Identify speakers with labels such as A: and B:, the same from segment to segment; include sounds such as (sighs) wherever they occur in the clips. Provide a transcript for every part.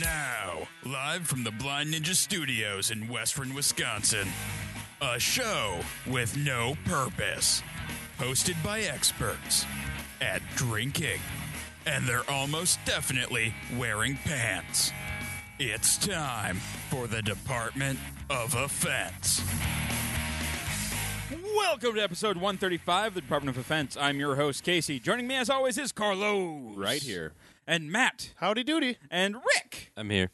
A: Now, live from the Blind Ninja Studios in Western Wisconsin, a show with no purpose. Hosted by experts at drinking, and they're almost definitely wearing pants. It's time for the Department of Offense.
B: Welcome to episode 135 of the Department of Offense. I'm your host, Casey. Joining me, as always, is Carlos.
C: Right here.
B: And Matt.
D: Howdy doody.
B: And Rick.
C: I'm here.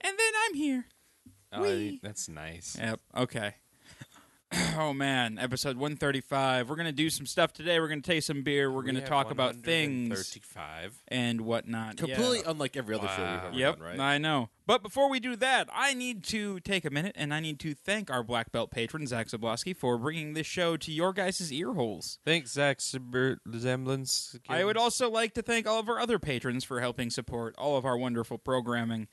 B: And then I'm here.
E: Oh,
B: Whee.
C: that's nice.
B: Yep. Okay. (clears throat) Oh man, episode 135. We're gonna do some stuff today. We're gonna taste some beer. We're gonna talk about things
C: 35.
B: and whatnot. Yeah.
C: Completely unlike every other show
D: Wow.
C: we've ever
B: Yep,
C: done, right?
B: I know. But before we do that, I need to take a minute and I need to thank our black belt patron Zach Zablosky for (laughs) bringing this show to your guys' ear holes.
E: Thanks, Zach Zimber- Resemblance.
B: I would also like to thank all of our other patrons for helping support all of our wonderful programming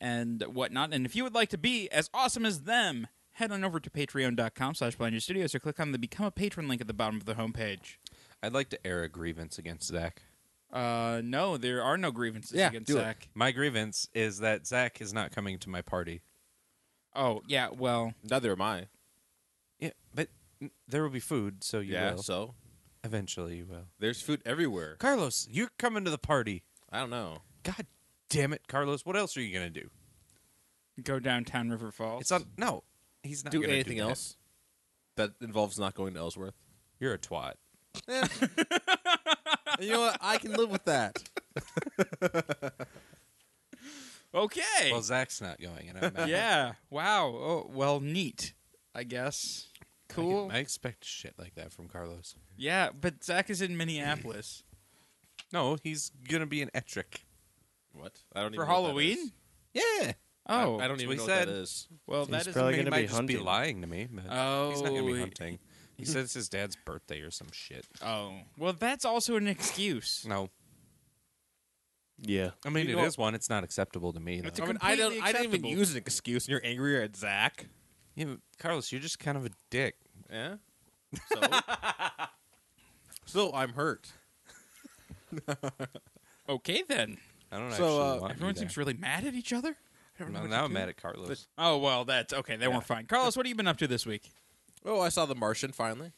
B: and whatnot. And if you would like to be as awesome as them, head on over to patreon.com slash blind Ninja studios or click on the become a patron link at the bottom of the homepage.
E: I'd like to air a grievance against Zach.
B: Uh, no, there are no grievances
C: Yeah,
B: against
C: do it.
B: Zach.
E: My grievance is that Zach is not coming to my party.
B: Oh, yeah, well,
C: Neither am I.
E: Yeah, but n- there will be food, so you
C: yeah,
E: will.
C: so
E: Eventually, you will.
C: there's food everywhere.
E: Carlos, you're coming to the party.
C: I don't know.
E: God damn it, Carlos! What else are you gonna do?
B: go downtown River Falls.
E: It's on. No, he's not
C: do
E: gonna
C: anything
E: that.
C: else that involves not going to Ellsworth.
E: You're a twat.
C: (laughs) you know what? I can live with that.
B: okay.
C: (laughs)
E: Well, Zach's not going, and I'm not.
B: yeah. Wow. Oh, well, neat. I guess.
E: I can-
B: Cool.
E: I expect shit like that from Carlos.
B: yeah, but Zach is in Minneapolis
E: No, he's gonna be in Ettrick.
C: What? I don't even
B: for
C: know what that
B: Halloween.
C: is.
E: Yeah,
B: Oh,
C: I, I don't
E: that's
C: even
E: what
C: know
E: he
C: what that
E: said.
C: is.
B: well,
D: He's
B: that is
D: probably
B: amazing.
D: gonna
E: might
D: be
E: just be
D: hunting.
E: lying to me. But he's not gonna
B: Oh,
E: be
B: he-
E: hunting. He said it's his dad's birthday or some shit.
B: Oh, well, that's also an
C: (laughs)
B: excuse.
E: No,
D: Yeah.
E: I mean
B: You
E: it
B: know-
E: is one. It's not acceptable to me.
B: It's
E: though.
B: a
C: I mean, I don't.
B: completely
C: I didn't even
B: acceptable.
C: use an excuse, and you're angrier at Zach.
E: Yeah, but Carlos, you're just kind of a dick.
C: Yeah. So. so I'm hurt.
B: Okay, then.
E: I don't
C: So,
E: actually
C: uh,
E: want you
B: Everyone
E: there.
B: seems really mad at each other. I don't know
E: Well,
B: what
E: now
B: to
E: I'm
B: do.
E: mad at Carlos.
B: Oh well, that's okay. They weren't fine. Carlos, what have you been up to this week?
C: Oh, I saw The Martian finally.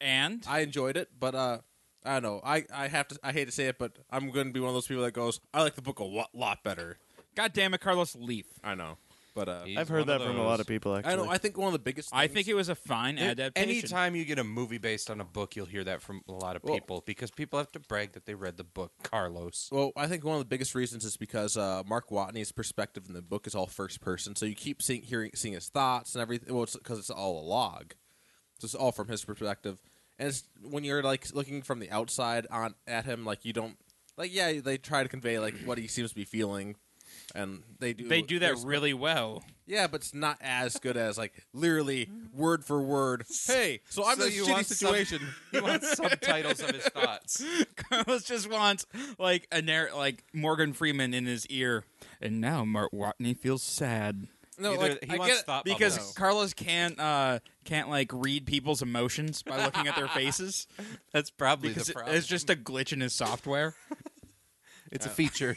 B: And
C: I enjoyed it, but uh, I don't know. I, I have to. I hate to say it, but I'm going to be one of those people that goes, "I like the book a lot, lot better."
B: God damn it, Carlos, leave.
C: I know, but uh,
E: He's
D: I've heard
E: one
D: that from a lot of people, actually.
C: I don't know. I think one of the biggest.
B: I
C: things-
B: think it was a fine adaptation.
E: Anytime you get a movie based on a book, you'll hear that from a lot of
C: Well-
E: people because people have to brag that they read the book. Carlos,
C: Well, I think one of the biggest reasons is because uh, Mark Watney's perspective in the book is all first person, so you keep seeing, hearing, seeing his thoughts and everything. Well, because it's, all a log, so it's all from his perspective. And it's, when you're like looking from the outside on at him, like you don't, like yeah, they try to convey like what he seems to be feeling, and they do.
B: they do that
C: there's-
B: really well.
C: Yeah, but it's not as good as like literally word for word. Hey, so I'm
E: So
C: in a
E: you
C: shitty
E: want some-
C: situation.
E: (laughs) he wants subtitles of his
C: (laughs)
E: thoughts.
B: (laughs) Carlos just wants like a narr- like Morgan Freeman in his ear. And now Mark Watney feels sad
C: no,
E: Either-
C: like,
E: he
C: I
E: wants
C: get it.
E: thought
B: because
E: bubbles.
B: Carlos can't uh can't like read people's emotions by looking (laughs) at their faces
E: That's probably
B: because
E: the
B: it-
E: problem.
B: it's just a glitch in his software.
E: it's a
C: (laughs)
E: feature.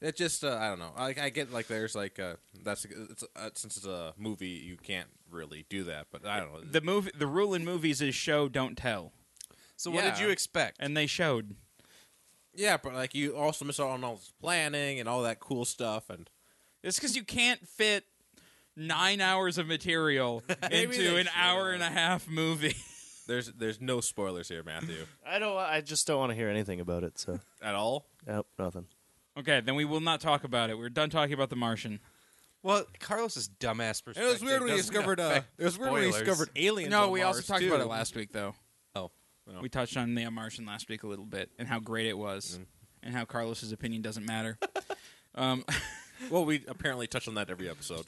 C: It just uh, I don't know. I, I get like there's like uh, that's it's, uh, since it's a movie you can't really do that. But I don't know.
B: The movie, the rule in movies is show don't tell,
E: So what did
C: Yeah.
E: you expect?
B: and they showed.
C: yeah, but like you also miss out on all this planning and all that cool stuff. And
B: It's because you can't fit nine hours of (laughs) material
C: Maybe
B: into
C: they
B: an
C: should
B: hour
C: have.
B: and a half movie. (laughs)
C: there's there's no spoilers here, Matthew,
D: I don't. I just don't want to hear anything about it. So,
C: at all.
D: nope, nothing.
B: okay, then we will not talk about it. We're done talking about The Martian.
E: Well, Carlos's dumbass
C: And
E: perspective.
C: it was weird when he
E: doesn't
C: discovered. Uh,
E: affect
C: it was weird when he
E: spoilers.
C: discovered aliens.
B: No,
C: on
B: we also
C: Mars,
B: talked about
C: too.
B: it
C: (laughs)
B: last week, though.
E: Oh,
C: No.
B: We touched on The Martian last week a little bit and how great it
C: Mm-hmm.
B: was, and how Carlos's opinion doesn't
C: (laughs)
B: matter. um, (laughs)
C: Well, we apparently touch on that every episode.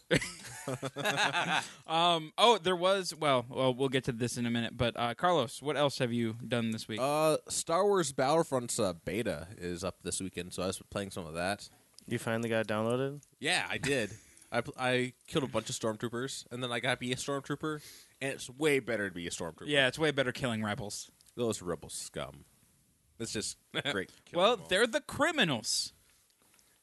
B: um, oh, there was. Well, well, we'll get to this in a minute. But uh, Carlos, what else have you done this week?
C: uh, Star Wars Battlefront's uh, beta is up this weekend, so I was playing some of that.
D: You finally got it downloaded?
C: Yeah, I did. I, pl- I killed a bunch of stormtroopers, and then I got to be a stormtrooper, and it's way better to be a stormtrooper.
B: yeah, it's way better killing rebels.
C: Those rebel scum.
B: (laughs)
C: It's just great. killing
B: Well,
C: them all.
B: they're the criminals.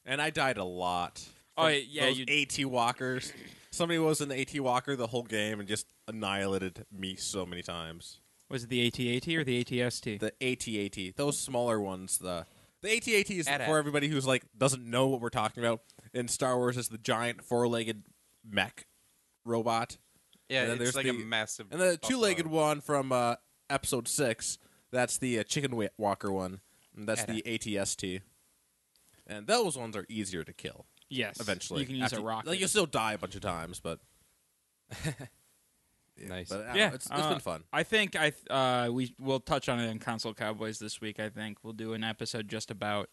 C: and I died a lot.
B: Oh,
C: from
B: yeah,
C: those
B: you-
C: AT walkers. Somebody was in the AT walker the whole game and just annihilated me so many times.
B: Was it the ATAT or the ATST?
C: The ATAT, those smaller ones, the the ATAT is
E: AT-AT.
C: for everybody who's like doesn't know what we're talking about. In Star Wars, is the giant four-legged mech robot.
E: Yeah,
C: And then
E: it's
C: there's
E: like a
C: the-
E: massive.
C: And the
E: buffalo.
C: two-legged one from uh, episode six, that's the uh, chicken wa- walker one. And that's the ATST. And those ones are easier to kill
B: yes.
C: eventually.
B: You can use
C: after-
B: a rocket.
C: Like you'll still die a bunch of times, but
E: Nice.
C: but I don't know,
B: yeah,
C: it's, it's
B: uh,
C: been fun.
B: I think I th- uh, we will touch on it in Console Cowboys this week. I think we'll do an episode just about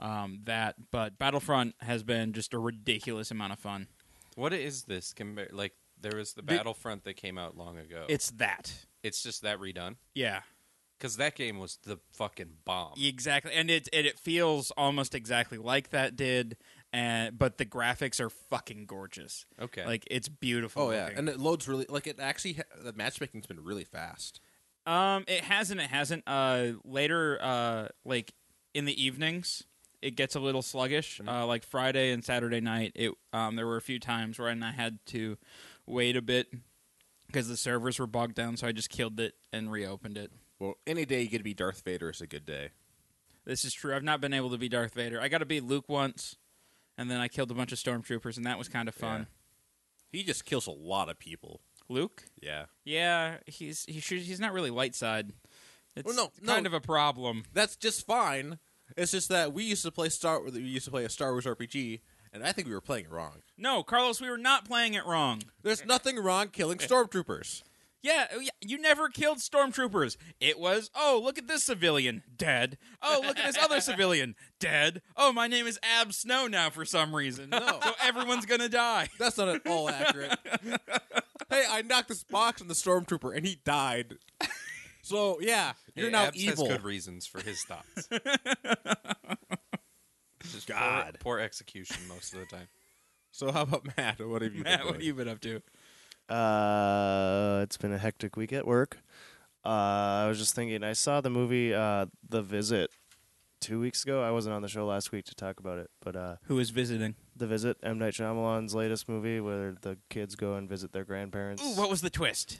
B: um, that. But Battlefront has been just a ridiculous amount of fun.
E: What is this compared? Like there was the Battlefront that came out long ago.
B: It's that.
E: it's just that redone
B: Yeah,
E: because that game was the fucking bomb.
B: exactly. And it it, it feels almost exactly like that did. And but the graphics are fucking gorgeous.
E: Okay.
B: like it's beautiful.
C: Oh yeah,
B: looking.
C: and it loads really like it actually. Ha- the matchmaking's been really fast.
B: Um, it hasn't. It hasn't. Uh, later, uh, like in the evenings, it gets a little sluggish.
C: Mm-hmm.
B: Uh, like Friday and Saturday night, it um, there were a few times where I had to wait a bit because the servers were bogged down. So I just killed it and reopened it.
C: Well, any day you get to be Darth Vader is a good day.
B: This is true. I've not been able to be Darth Vader. I got to be Luke once, and then I killed a bunch of stormtroopers, and that was kind of fun.
C: He just kills a lot of people.
B: Luke?
C: Yeah,
B: Yeah, he's he should, he's not really light side. It's
C: Well, no, no.
B: kind of a problem.
C: that's just fine. It's just that we used to play Star. We used to play a Star Wars RPG, and I think we were playing it wrong.
B: No, Carlos, we were not playing it wrong.
C: There's nothing wrong killing stormtroopers.
B: Yeah, oh, yeah, you never killed stormtroopers. It was, oh, look at this civilian, dead. Oh, look at this (laughs) other civilian, dead. Oh, my name is Ab Snow now for some reason.
C: No.
B: (laughs) So everyone's going to (laughs) die.
C: That's not at all
D: (laughs)
C: accurate. hey, I knocked this box on the stormtrooper, and he died. So yeah, you're
E: Hey,
C: now
E: Abs
C: evil.
E: Has good reasons for his thoughts. Just poor-
C: God.
E: poor execution most of the time.
C: So how about Matt? What have you? been
B: Matt, (laughs) what
C: doing?
B: have you been up to?
D: Uh, it's been a hectic week at work. Uh, I was just thinking. I saw the movie uh, The Visit two weeks ago. I wasn't on the show last week to talk about it, but uh,
B: Who is visiting?
D: The Visit, M Night Shyamalan's latest movie, where the kids go and visit their grandparents.
B: Ooh, what was the twist?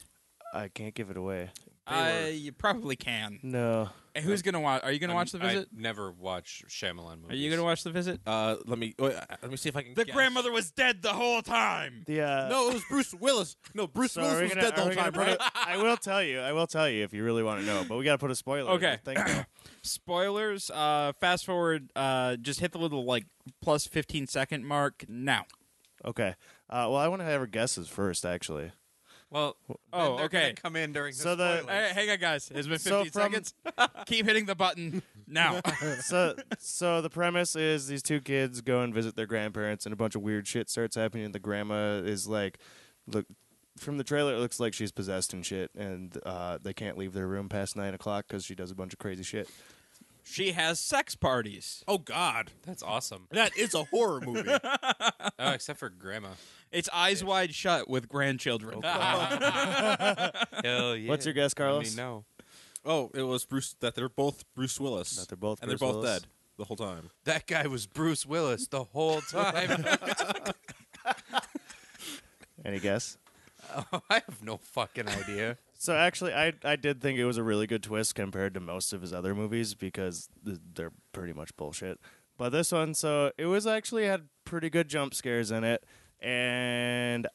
D: I can't give it away.
B: Uh, you probably can.
D: No,
B: And who's going to watch? Are you going to
E: I'm-
B: watch The Visit?
E: I never watch Shyamalan movies.
B: Are you going to watch The Visit?
C: Uh, let me wait, uh, let me see if I can.
B: The
C: guess.
B: grandmother was dead the whole time.
D: the uh,
C: No, it was Bruce Willis. No, Bruce
D: So are
C: Willis
D: we
C: was
D: gonna-
C: dead the
D: are
C: whole
D: we gonna
C: time,
D: put
C: right?
D: it- I will tell you. I will tell you if you really want to know, but we got to put a spoiler. in
B: Okay.
D: the thing, though.
B: Spoilers, uh, fast forward, uh, just hit the little like plus 15 second mark now.
D: okay. Uh, well, I want to have our guesses first, actually.
E: Well,
B: Oh,
E: they're gonna
B: okay.
E: Come in during the
D: So the-
E: spoilers.
B: Hey, hang on, guys. It's been 15
D: So from-
B: seconds. (laughs) Keep hitting the button now. (laughs)
E: (laughs)
D: so so the premise is these two kids go and visit their grandparents and a bunch of weird shit starts happening the grandma is like look from the trailer it looks like she's possessed and shit and uh, they can't leave their room past nine o'clock because she does a bunch of crazy shit
B: she has sex parties.
C: Oh God,
E: that's awesome.
C: that is a horror
D: (laughs)
C: movie.
E: Oh, except for Grandma.
B: It's eyes wide shut with grandchildren. Ah,
E: Hell yeah.
D: What's your guess, Carlos?
E: I mean, no.
C: oh, it was Bruce. That they're both Bruce Willis.
D: That they're both
C: and
D: Bruce
C: they're both
D: Willis.
C: dead the whole time.
E: That guy was Bruce Willis the whole time.
D: any guess
E: I have no fucking idea.
D: so actually I, I did think it was a really good twist compared to most of his other movies because th- they're pretty much bullshit but this one so it was actually had pretty good jump scares in it and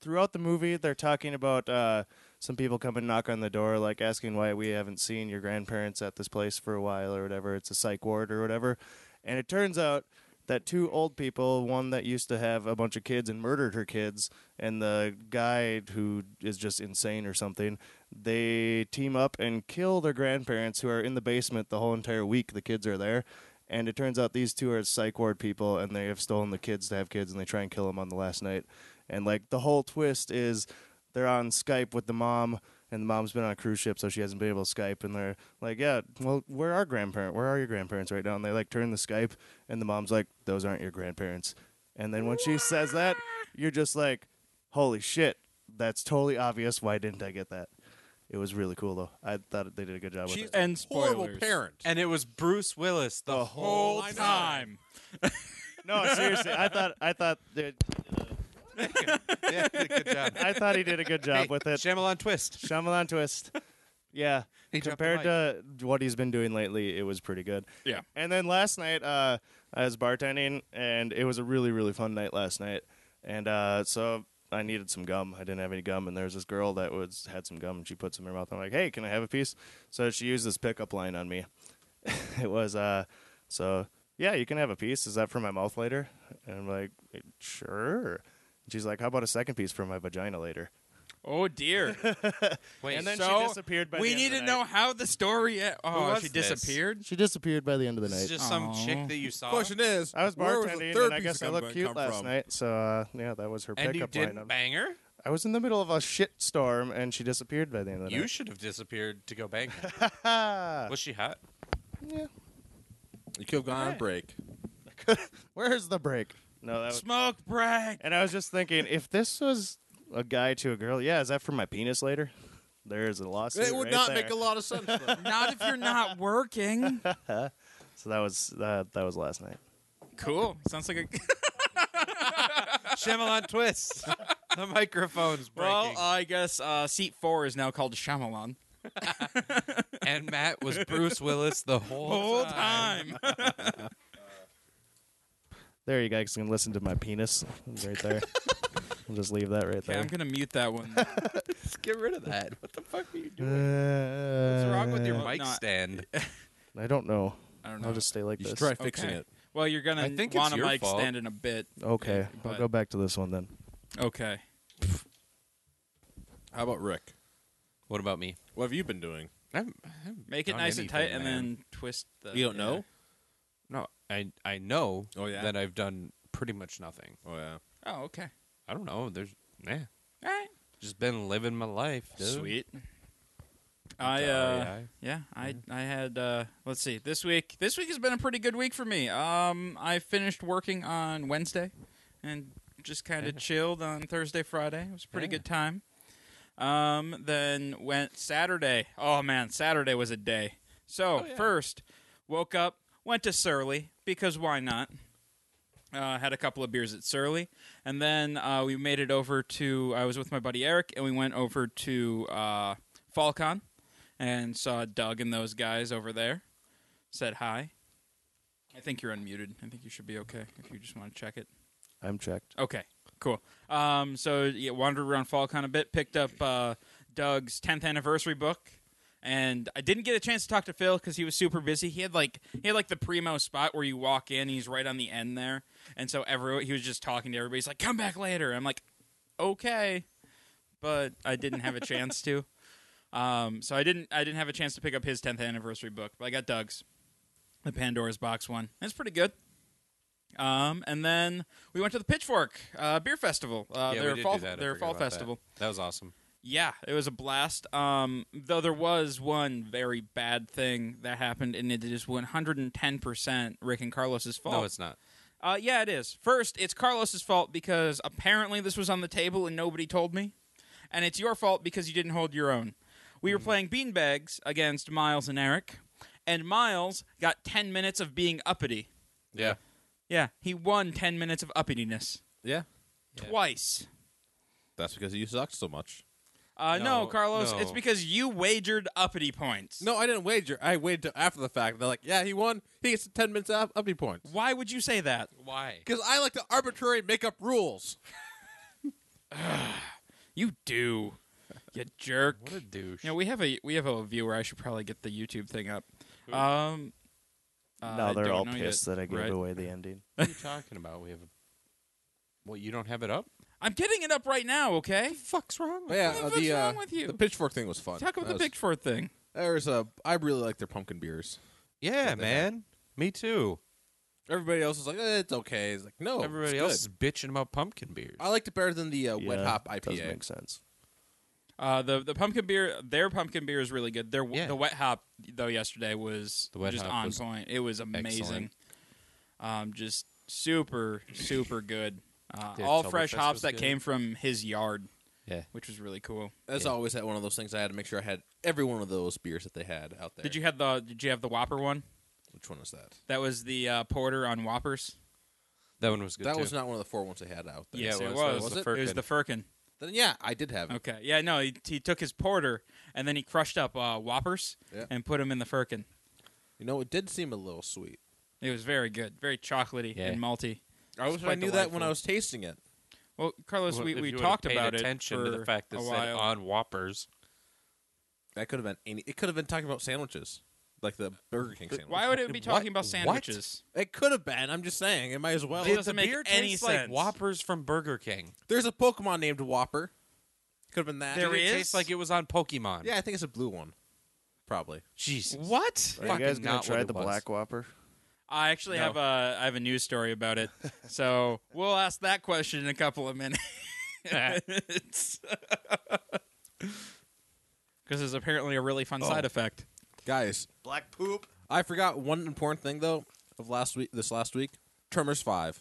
D: throughout the movie they're talking about uh, some people come and knock on the door like asking why we haven't seen your grandparents at this place for a while or whatever it's a psych ward or whatever and it turns out that two old people one that used to have a bunch of kids and murdered her kids and the guy who is just insane or something they team up and kill their grandparents who are in the basement the whole entire week the kids are there and it turns out these two are psych ward people and they have stolen the kids to have kids and they try and kill them on the last night and like the whole twist is they're on skype with the mom and the mom's been on a cruise ship so she hasn't been able to skype and they're like yeah well where are grandparent where are your grandparents right now and they like turn the skype and the mom's like those aren't your grandparents and then when she says that you're just like holy shit that's totally obvious why didn't i get that It was really cool though. I thought they did a good job
C: She's
D: with it.
B: And
C: a horrible
B: spoilers.
C: parent.
E: (laughs) And it was Bruce Willis the, whole
C: I know.
B: Time.
D: No, seriously, I thought I thought that-
E: yeah, good (laughs) job.
D: I thought he did a good
E: (laughs)
D: job
E: Hey,
D: with it.
E: Shyamalan twist. (laughs)
D: Shyamalan twist. Yeah.
E: He dropped the
D: Compared to what he's been doing lately, it was pretty good.
B: Yeah.
D: And then last night, uh, I was bartending, and it was a really, really fun night last night. And uh, so I needed some gum. I didn't have any gum, and there was this girl that was had some gum, and she put some in her mouth. I'm like, "Hey, can I have a piece?" So she used this pickup line on me. (laughs) it was uh, so yeah, you can have a piece. Is that for my mouth later? And I'm like, "Sure." And she's like, "How about a second piece for my vagina later?"
B: Oh dear.
E: Wait,
D: And then
B: so
D: she disappeared. By
B: we
D: the end
B: need
D: of the
B: to
D: night.
B: know how the story. e- oh,
E: was
B: she
E: this?
B: disappeared.
D: She disappeared by the end of the
E: this
D: night.
E: is just some
B: Aw.
E: chick that you saw.
C: Question is,
D: I was
C: where was
D: bartending,
C: the third
D: and I
C: piece
D: guess I
C: of
D: looked
C: gum
D: cute
C: come
D: last
C: from?
D: night. So uh, yeah, that was her
E: and you
D: pickup
E: didn't
D: line.
E: bang her?
D: I was in the middle of a shit storm, and she disappeared by the end of the
E: You
D: night.
E: should have disappeared to go bang her.
D: Ah,
E: Was she (laughs) hot?
D: yeah.
C: You could have gone on
E: Okay.
C: break.
D: Where's the break? No, that was.
B: Smoke break.
D: And I was just thinking, if this was a guy to a girl, yeah, is that for my penis later? There is a lawsuit.
C: It would
D: right
C: not
D: there.
C: make a lot of sense. though.
B: Not if you're not working.
D: So that was that. That was last night.
B: Cool. Sounds like a.
E: Shyamalan twist. the microphone's
B: (laughs) well,
E: breaking. (laughs)
B: I guess uh, seat four is now called Shyamalan.
E: and Matt was Bruce Willis (laughs) the whole,
B: Whole time.
D: There you guys can listen to my penis right (laughs) there. I'll just leave that
B: (laughs)
D: right
B: okay,
D: there.
B: I'm gonna mute that one.
E: Let's get rid of that. What the fuck are you doing?
D: Uh,
E: What's wrong with your
B: Uh,
E: mic
B: not-
E: stand? (laughs)
D: I don't know.
B: I don't know.
D: I'll just stay like
C: You
D: this.
C: should try fixing
B: Okay.
C: it.
B: Well, you're gonna
E: I think
B: want
E: it's
B: a
E: your
B: mic
E: fault.
B: stand in a bit.
D: Oh, Okay,
B: but-
D: I'll go back to this one then.
B: Okay.
C: (laughs) How about Rick?
E: What about me?
C: What have you been doing?
E: I'm,
B: Make it
E: Done
B: nice and tight,
E: anything,
B: and
E: man.
B: then twist. the...
C: You don't know?
E: no, I I know
C: Oh, yeah?
E: that I've done pretty much nothing.
C: Oh yeah.
B: Oh, okay.
E: I don't know. There's nah.
B: All right.
E: Just been living my life. dude.
B: Sweet. I
E: It's
B: uh
E: REI.
B: yeah, I I had uh let's see. This week this week has been a pretty good week for me. Um I finished working on Wednesday and just kind of chilled on Thursday, Friday. It was a pretty
E: Yeah.
B: good time. Um then went Saturday. Oh man, Saturday was a day. So, first woke up, went to Surly because why not? uh, had a couple of beers at Surly, and then uh, we made it over to. I was with my buddy Eric, and we went over to uh, Falcon and saw Doug and those guys over there. Said hi. I think you're unmuted. I think you should be okay if you just want to check it.
D: I'm checked.
B: Okay, cool. Um, so yeah, wandered around Falcon a bit, picked up uh, Doug's 10th anniversary book, and I didn't get a chance to talk to Phil because he was super busy. He had like he had like the primo spot where you walk in, and he's right on the end there, and so every he was just talking to everybody. He's like, "Come back later." I'm like, "Okay," but I didn't have a chance to. Um, so I didn't I didn't have a chance to pick up his 10th anniversary book, but I got Doug's, the Pandora's Box one. It's pretty good. Um, and then we went to the Pitchfork uh, Beer Festival. Uh,
E: yeah, we
B: their
E: did
B: fall
E: do that. I
B: their
E: forgot
B: fall
E: about that.
B: festival.
E: That. was awesome.
B: Yeah, it was a blast. Um, though there was one very bad thing that happened, and it is 110% Rick and Carlos's fault.
E: No, it's not.
B: Uh, yeah, it is. First, it's Carlos's fault because apparently this was on the table and nobody told me. And it's your fault because you didn't hold your own. We
E: Mm-hmm.
B: were playing beanbags against Miles and Eric, and Miles got 10 minutes of being uppity.
E: Yeah.
B: Yeah, he won 10 minutes of uppityness
C: Yeah.
E: Yeah.
B: twice.
C: That's because you sucked so much.
B: Uh, no,
E: No,
B: Carlos,
E: no.
B: it's because you wagered uppity points.
C: No, I didn't wager. I waited till after the fact. They're like, yeah, he won. He gets ten minutes up uppy points.
B: Why would you say that?
E: Why?
C: Because I like to arbitrarily make up rules.
B: You do.
E: (laughs)
B: You jerk.
E: What a douche.
B: you know, we have a we have a viewer. I should probably get the YouTube thing up. Um, uh, I
D: no, they're
B: don't
D: all
B: know
D: pissed
B: yet.
D: that I gave
B: Right.
D: away the ending.
E: what are you talking about? We have. A... Well, you don't have it up.
B: I'm getting it up right now. Okay.
E: Fuck's wrong.
C: But (laughs) yeah,
B: What the
C: uh,
B: fuck's
C: the uh,
B: wrong with you?
C: the pitchfork thing was fun.
B: Talk about
C: That
B: the
C: was-
B: Bigfoot thing.
C: There was a. I really like their pumpkin beers.
E: Yeah,
C: they had.
E: man. Me too.
C: Everybody else is like, eh, it's okay. It's like, no,
E: Everybody
C: it's
E: else
C: good.
E: is bitching about pumpkin beers.
C: I liked it better than the uh, wet
D: Yeah,
C: hop
D: Does
C: IPA.
D: make sense.
B: Uh, the the pumpkin beer, their pumpkin beer is really good. Their
E: Yeah.
B: the wet hop though yesterday was
E: The wet
B: just
E: hop
B: on
E: was
B: point. It was amazing.
E: excellent.
B: Um, just super super good. Uh,
E: The
B: all
E: Oktoberfest
B: fresh hops
E: was
B: that
E: good.
B: came from his yard.
E: Yeah.
B: which was really cool.
C: That's always that one of those things. I had to make sure I had every one of those beers that they had out there.
B: Did you have the Did you have the Whopper one?
C: Which one was that?
B: That was the uh, porter on Whoppers.
E: That one was good.
C: that
E: too.
C: was not one of the four ones they had out there.
E: Yeah,
B: Yes,
E: it was.
B: it
E: That
B: was.
E: was the
B: It was
E: Firkin.
B: the Firkin.
C: Then yeah, I did have it.
B: Okay, yeah, no, he, he took his porter and then he crushed up uh, Whoppers
C: Yeah.
B: and put them in the Firkin.
C: You know, it did seem a little sweet.
B: It was very good, very chocolately
E: Yeah.
B: and malty.
C: I wish I
B: quite
C: knew that when
B: delightful.
C: I was tasting it.
B: Well, Carlos,
E: Well,
B: we,
E: if
B: we
E: you would've
B: talked
E: paid
B: about
E: attention
B: it for
E: to the fact that
B: a
E: said
B: while.
E: on Whoppers.
C: That could have been any. It could have been talking about sandwiches, like the Burger King sandwich.
B: Why
E: (laughs)
B: would it be
E: What?
B: talking about
E: What?
B: sandwiches?
C: It could have been. I'm just saying. It might as well.
B: Did- doesn't make
E: beer
B: any
E: tastes
B: sense.
E: like Whoppers from Burger King.
C: There's a Pokemon named Whopper. Could have been that.
B: There
E: Dude, it
B: is?
E: tastes like it was on Pokemon.
C: Yeah, I think it's a blue one. Probably.
E: Jesus.
B: What?
D: Are you guys
E: Fucking
D: gonna
E: not
D: try
E: what it
D: the
E: was. (laughs)
D: Black Whopper?
B: I actually have a I have a news story about (laughs) it, so we'll ask that question in a couple of (laughs) minutes. Because there's apparently a really fun side effect.
C: Guys,
D: Black poop.
C: I forgot one important thing though of last week. This last week, Tremors Five.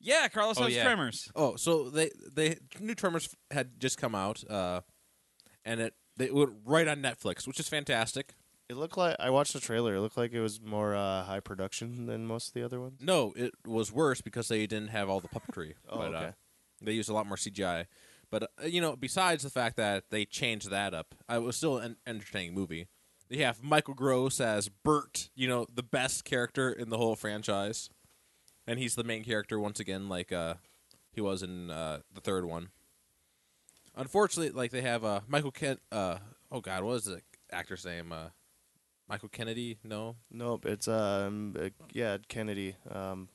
B: Yeah, Carlos
E: Oh,
B: loves
E: yeah.
B: tremors.
C: Oh, so they they new Tremors had just come out, uh, and it they went right on Netflix, which is fantastic.
D: It looked like I watched the trailer. It looked like it was more uh, high production than most of the other ones.
C: No, it was worse because they didn't have all the puppetry.
D: (laughs) Oh,
C: but, uh,
D: okay.
C: they used a lot more CGI. But uh, you know, besides the fact that they changed that up, uh, it was still an entertaining movie. They have Michael Gross as Bert, you know, the best character in the whole franchise, and he's the main character once again, like uh, he was in uh, the third one. Unfortunately, like they have uh, Michael Ken. Uh, oh God, what was the actor's name? Uh, Michael Kennedy? No.
D: Nope. It's um uh, yeah Kennedy. Um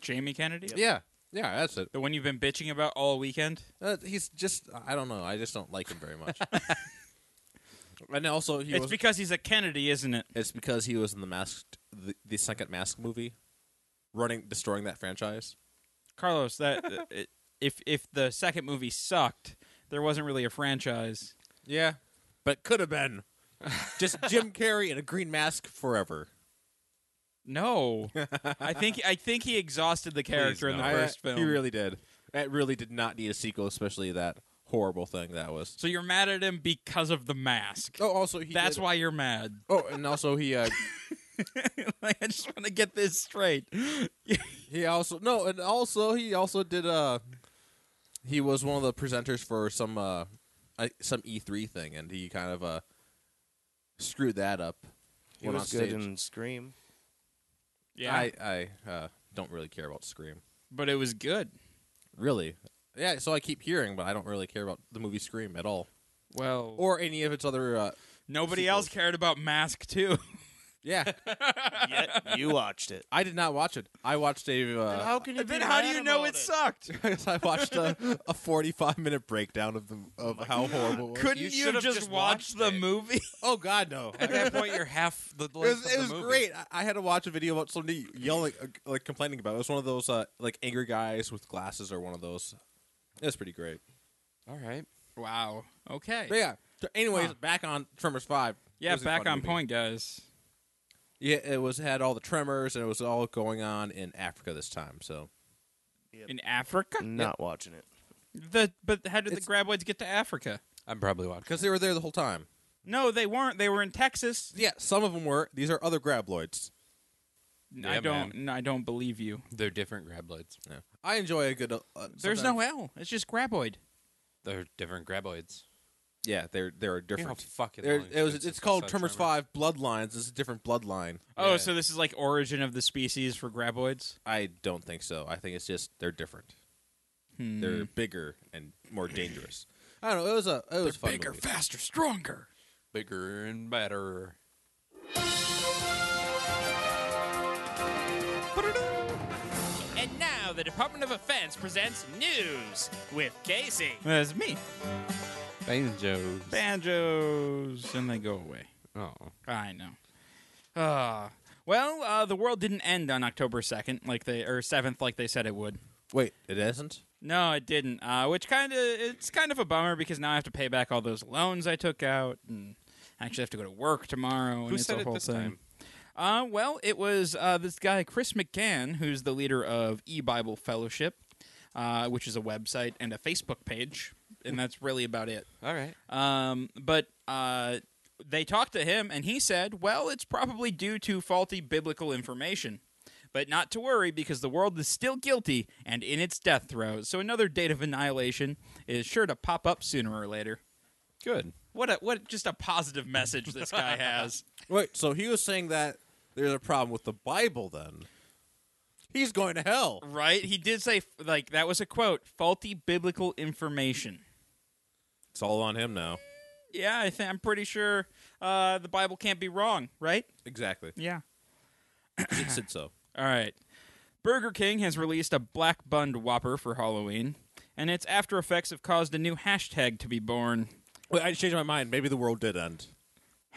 B: Jamie Kennedy,
C: Yeah, yeah, that's it.
B: the one you've been bitching about all weekend.
C: Uh, he's just I don't know. I just don't like him very (laughs) much. and also he
B: it's
C: was
B: because he's a Kennedy, isn't it?
C: it's because he was in the masked the, the second mask movie, running destroying that franchise.
B: Carlos, that uh, (laughs) it, if if the second movie sucked, there wasn't really a franchise.
C: Yeah, but could have been just (laughs) Jim Carrey in a green mask forever.
B: No, I think I think he exhausted the character in the
E: no.
B: first film.
C: uh, He really did. It really did not need a sequel, especially that horrible thing that was.
B: so you're mad at him because of the mask.
C: Oh, also he
B: That's
C: did-
B: why you're mad. (laughs)
C: Oh, and also he uh,
B: like, I just want to get this straight. (laughs)
C: he also no, and also he also did uh he was one of the presenters for some uh I, some E3 thing and he kind of uh screwed that up.
D: he
C: when
D: was
C: on
D: good
C: stage.
D: in Scream.
B: Yeah,
C: I I uh, don't really care about Scream.
B: but it was good.
C: Really. Yeah, so I keep hearing but I don't really care about the movie Scream at all
B: Well,
C: or any of its other uh
B: nobody else cared about Mask too.
C: yeah,
D: Yet you watched it.
C: I did not watch it. I watched a (laughs)
D: Then
C: uh,
D: how can you?
B: then
D: be
B: how do
D: mad
B: you know
D: about
B: it, sucked?
C: I watched a, a 45 minute breakdown of the of how horrible it was.
B: Couldn't
E: You
B: you,
E: should
B: have
E: have
B: just,
E: just
B: watched,
E: watched
B: the
E: it.
B: movie?
C: Oh god no.
E: At that point, you're half the
C: It was,
E: length of
C: it
E: the
C: was
E: movie.
C: great. I- I had to watch a video about somebody yelling, uh, like complaining about. It. it was one of those uh, like angry guys with glasses or one of those. It was pretty great.
E: All right.
B: Wow. Okay.
C: But yeah. So anyways, back on Tremors Five. It
B: yeah,
C: was a
B: back
C: fun
B: on
C: movie.
B: point, guys.
C: Yeah, it was had all the tremors and it was all going on in Africa this time. So
B: In Africa?
D: Not watching it.
B: The but how did
C: Mm. It's-
B: the graboids get to Africa?
E: I'm probably watching.
C: because they were there the whole time.
B: No, they weren't. They were in Texas.
C: Yeah, some of them were. These are other grabloids.
B: I
E: Yeah,
B: don't. n- I don't believe you.
E: They're different graboids.
C: Yeah. I enjoy a good. Uh,
B: There's
C: sometimes-
B: no L. It's just graboid.
E: They're different graboids.
C: Yeah, they're they're
E: You know how
C: different.
E: fucking
C: They're-
E: long
C: it was.
E: been since
C: It's
E: I
C: called
E: saw
C: Tremors Five Bloodlines. It's a different bloodline.
B: Oh,
E: Yeah.
B: so this is like origin of the species for graboids.
C: I don't think so. I think it's just they're different.
B: Hmm.
C: They're bigger and more dangerous. I don't know. It was a it was a fun.
B: bigger,
C: movie.
B: faster, stronger.
E: Bigger and better.
B: And now the Department of Defense presents news with Casey. That's me.
E: Banjos.
B: Banjos, and they go away.
E: oh.
B: I know. Ah, well, uh, the world didn't end on October second, like they or seventh, like they said it would.
C: Wait, it isn't.
B: No, it didn't. Uh, which kind of it's kind of a bummer because now I have to pay back all those loans I took out, and I actually have to go to work tomorrow. and
E: Who
B: it's
E: said
B: a
E: it
B: whole
E: this
B: thing.
E: time?
B: Uh, well, it was uh, this guy Chris McCann, who's the leader of E Bible Fellowship. uh, which is a website and a Facebook page, and that's really about it.
E: All right.
B: Um, but uh, they talked to him, and he said, "Well, it's probably due to faulty biblical information." But not to worry, because the world is still guilty and in its death throes. So another date of annihilation is sure to pop up sooner or later.
E: Good.
B: What a what just a positive message this guy has.
C: Wait, so he was saying that there's a problem with the Bible then. He's going to hell.
B: Right? He did say like that was a quote, faulty biblical information.
C: It's all on him now.
B: Yeah, I think I'm pretty sure uh, the Bible can't be wrong, right?
C: Exactly.
B: Yeah.
C: It said so.
B: All right. Burger King has released a black bunned Whopper for Halloween, and its after effects have caused a new hashtag to be born.
C: (laughs) Wait, I changed my mind. Maybe the world did end.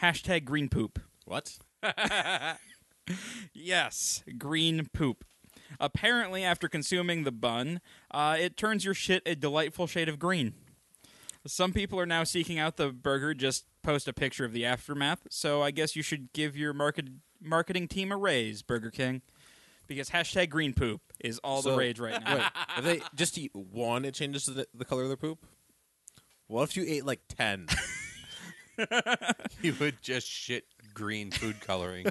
B: Hashtag green poop.
C: What?
B: Yes, green poop. Apparently, after consuming the bun, uh, it turns your shit a delightful shade of green. Some people are now seeking out the burger. Just post a picture of the aftermath. So I guess you should give your market marketing team a raise, Burger King, because hashtag green poop is all the
C: So-
B: rage right now.
C: Wait, if they just eat one, it changes the, the color of their poop? What if you ate like 10?
E: (laughs) You would just shit green food (laughs) coloring.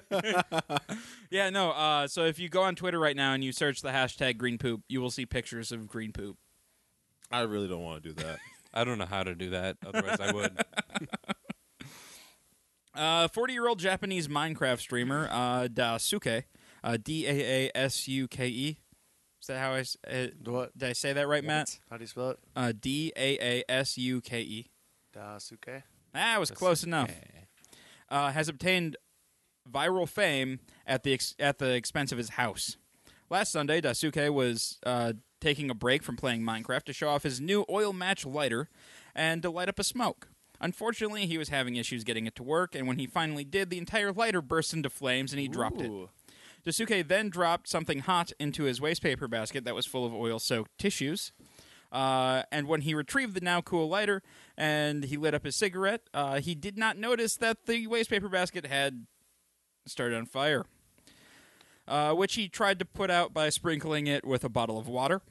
B: Yeah, no. Uh, so if you go on Twitter right now and you search the hashtag green poop, you will see pictures of green poop.
C: (laughs) I really don't want to do that.
E: I don't know how to do that. Otherwise, I would. (laughs)
B: Uh, 40-year-old Japanese Minecraft streamer uh, Daisuke, uh, D-A-A-S-U-K-E. E. Is that how I? s- Uh,
D: What?
B: did I say that right, Matt?
D: How do you spell it?
B: Uh, D-A-A-S-U-K-E.
D: Dasuke.
B: That was close enough. Uh, has obtained viral fame at the ex- at the expense of his house. Last Sunday, Daisuke was uh, taking a break from playing Minecraft to show off his new oil match lighter and to light up a smoke. Unfortunately, he was having issues getting it to work, and when he finally did, the entire lighter burst into flames and he dropped it. Dasuke then dropped something hot into his waste paper basket that was full of oil soaked tissues. Uh, and when he retrieved the now cool lighter and he lit up his cigarette, uh, he did not notice that the waste paper basket had started on fire, uh, which he tried to put out by sprinkling it with a bottle of water.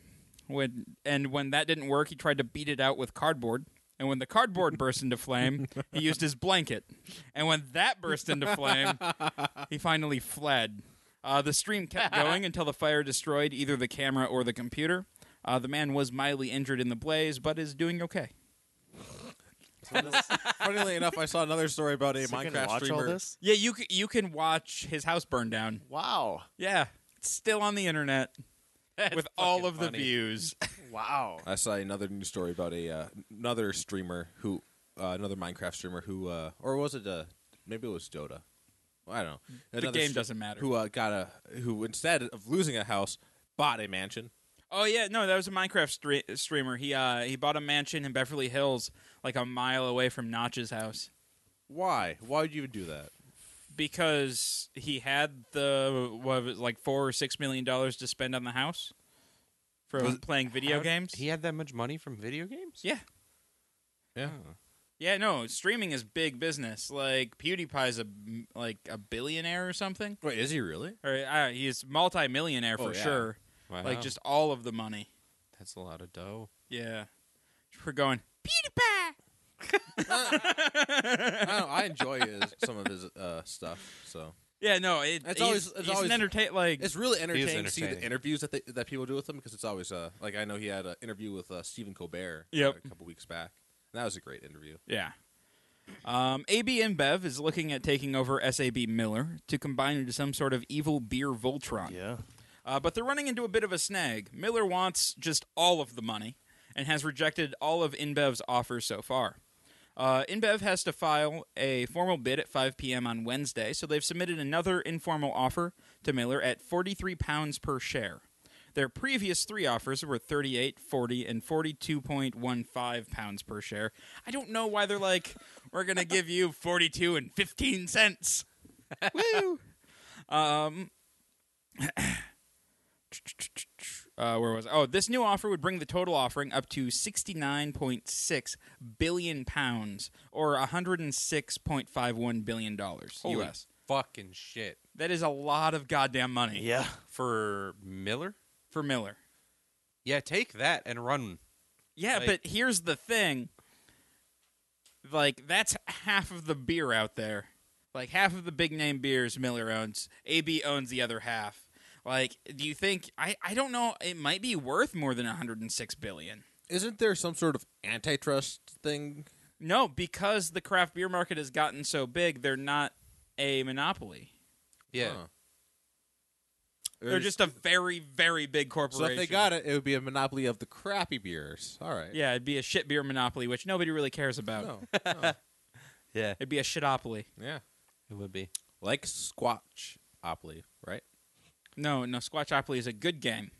B: When, and when that didn't work, he tried to beat it out with cardboard. And when the cardboard burst into flame, he used his blanket. And when that burst into flame, he finally fled. Uh, the stream
E: (laughs)
B: kept going until the fire destroyed either the camera or the computer. Uh, the man was mildly injured in the blaze, but is doing okay.
C: (laughs) Funnily enough, I saw another story about a
D: So you can
C: Minecraft
D: watch all
C: streamer.
D: this?
B: Yeah, you c- you can watch his house burn down.
D: Wow.
B: Yeah, it's still on the internet with all
E: fucking
B: of the
E: funny.
B: views. (laughs)
D: Wow.
C: I saw another news story about a uh, another streamer who, uh, another Minecraft streamer who, uh, or was it uh maybe it was Dota? Well, I don't know. Another
B: game
C: stre-
B: doesn't matter.
C: Who uh, got a who instead of losing a house bought a mansion?
B: Oh yeah, no, that was a Minecraft stre- streamer. He uh he bought a mansion in Beverly Hills, like a mile away from Notch's house,
C: Why? Why would you even do that?
B: because he had the what was it, like four or six million dollars to spend on the house from playing video
E: How-
B: games.
E: He had that much money from video games?
B: yeah,
C: Yeah.
B: yeah, no, streaming is big business. Like PewDiePie's a m- like a billionaire or something,
C: Wait, is he really?
B: or uh, he's multi-millionaire for
C: Oh, yeah. Uh-huh.
B: sure.
E: Wow.
B: Like just all of the money.
E: that's a lot of dough.
B: Yeah, we're going PewDiePie.
C: (laughs) I don't know. I enjoy his, some of his uh, stuff. So
B: Yeah, no, it,
C: It's
B: he's-
C: always- it's
B: he's
C: always-
B: an entertain like
C: it's really entertaining, to see the
E: entertaining.
C: interviews that they, that people do with him because it's always uh, like I know he had an interview with uh, Stephen Colbert
B: Yep.
C: a couple weeks back. And that was a great interview.
B: yeah. Um, AB InBev is looking at taking over SAB Miller to combine into some sort of evil beer Voltron.
D: Yeah.
B: Uh, but they're running into a bit of a snag. Miller wants just all of the money and has rejected all of InBev's offers so far. Uh, InBev has to file a formal bid at 5 p.m. on Wednesday, so they've submitted another informal offer to Miller at 43 pounds per share. Their previous three offers were 38, 40, and 42.15 pounds per share. I don't know why they're like, we're going to give you 42 and 15 cents. Woo! uh, where was I? oh this new offer would bring the total offering up to 69.6 billion pounds or 106.51 billion dollars
E: Holy
B: us
E: fucking shit.
B: that is a lot of goddamn money
D: Yeah.
E: For Miller?
B: for miller
E: Yeah, take that and run.
B: Yeah,
E: Like-
B: but here's the thing. Like that's half of the beer out there. Like half of the big name beers Miller owns. AB owns the other half. Like do you think I I don't know it might be worth more than 106 billion.
C: Isn't there some sort of antitrust thing?
B: No, because the craft beer market has gotten so big, they're not a monopoly.
E: Yeah.
C: Huh.
B: They're just a very very big
C: so
B: corporation.
C: if they got it, it would be a monopoly of the crappy beers. All right.
B: Yeah, it'd be a shit beer monopoly, which nobody really cares about.
C: (laughs) No, no.
E: Yeah.
B: It'd be a shitopoly.
C: yeah.
E: It would be.
C: Like Squatch Opley, right?
B: No, no, Squatchopoly is a good game.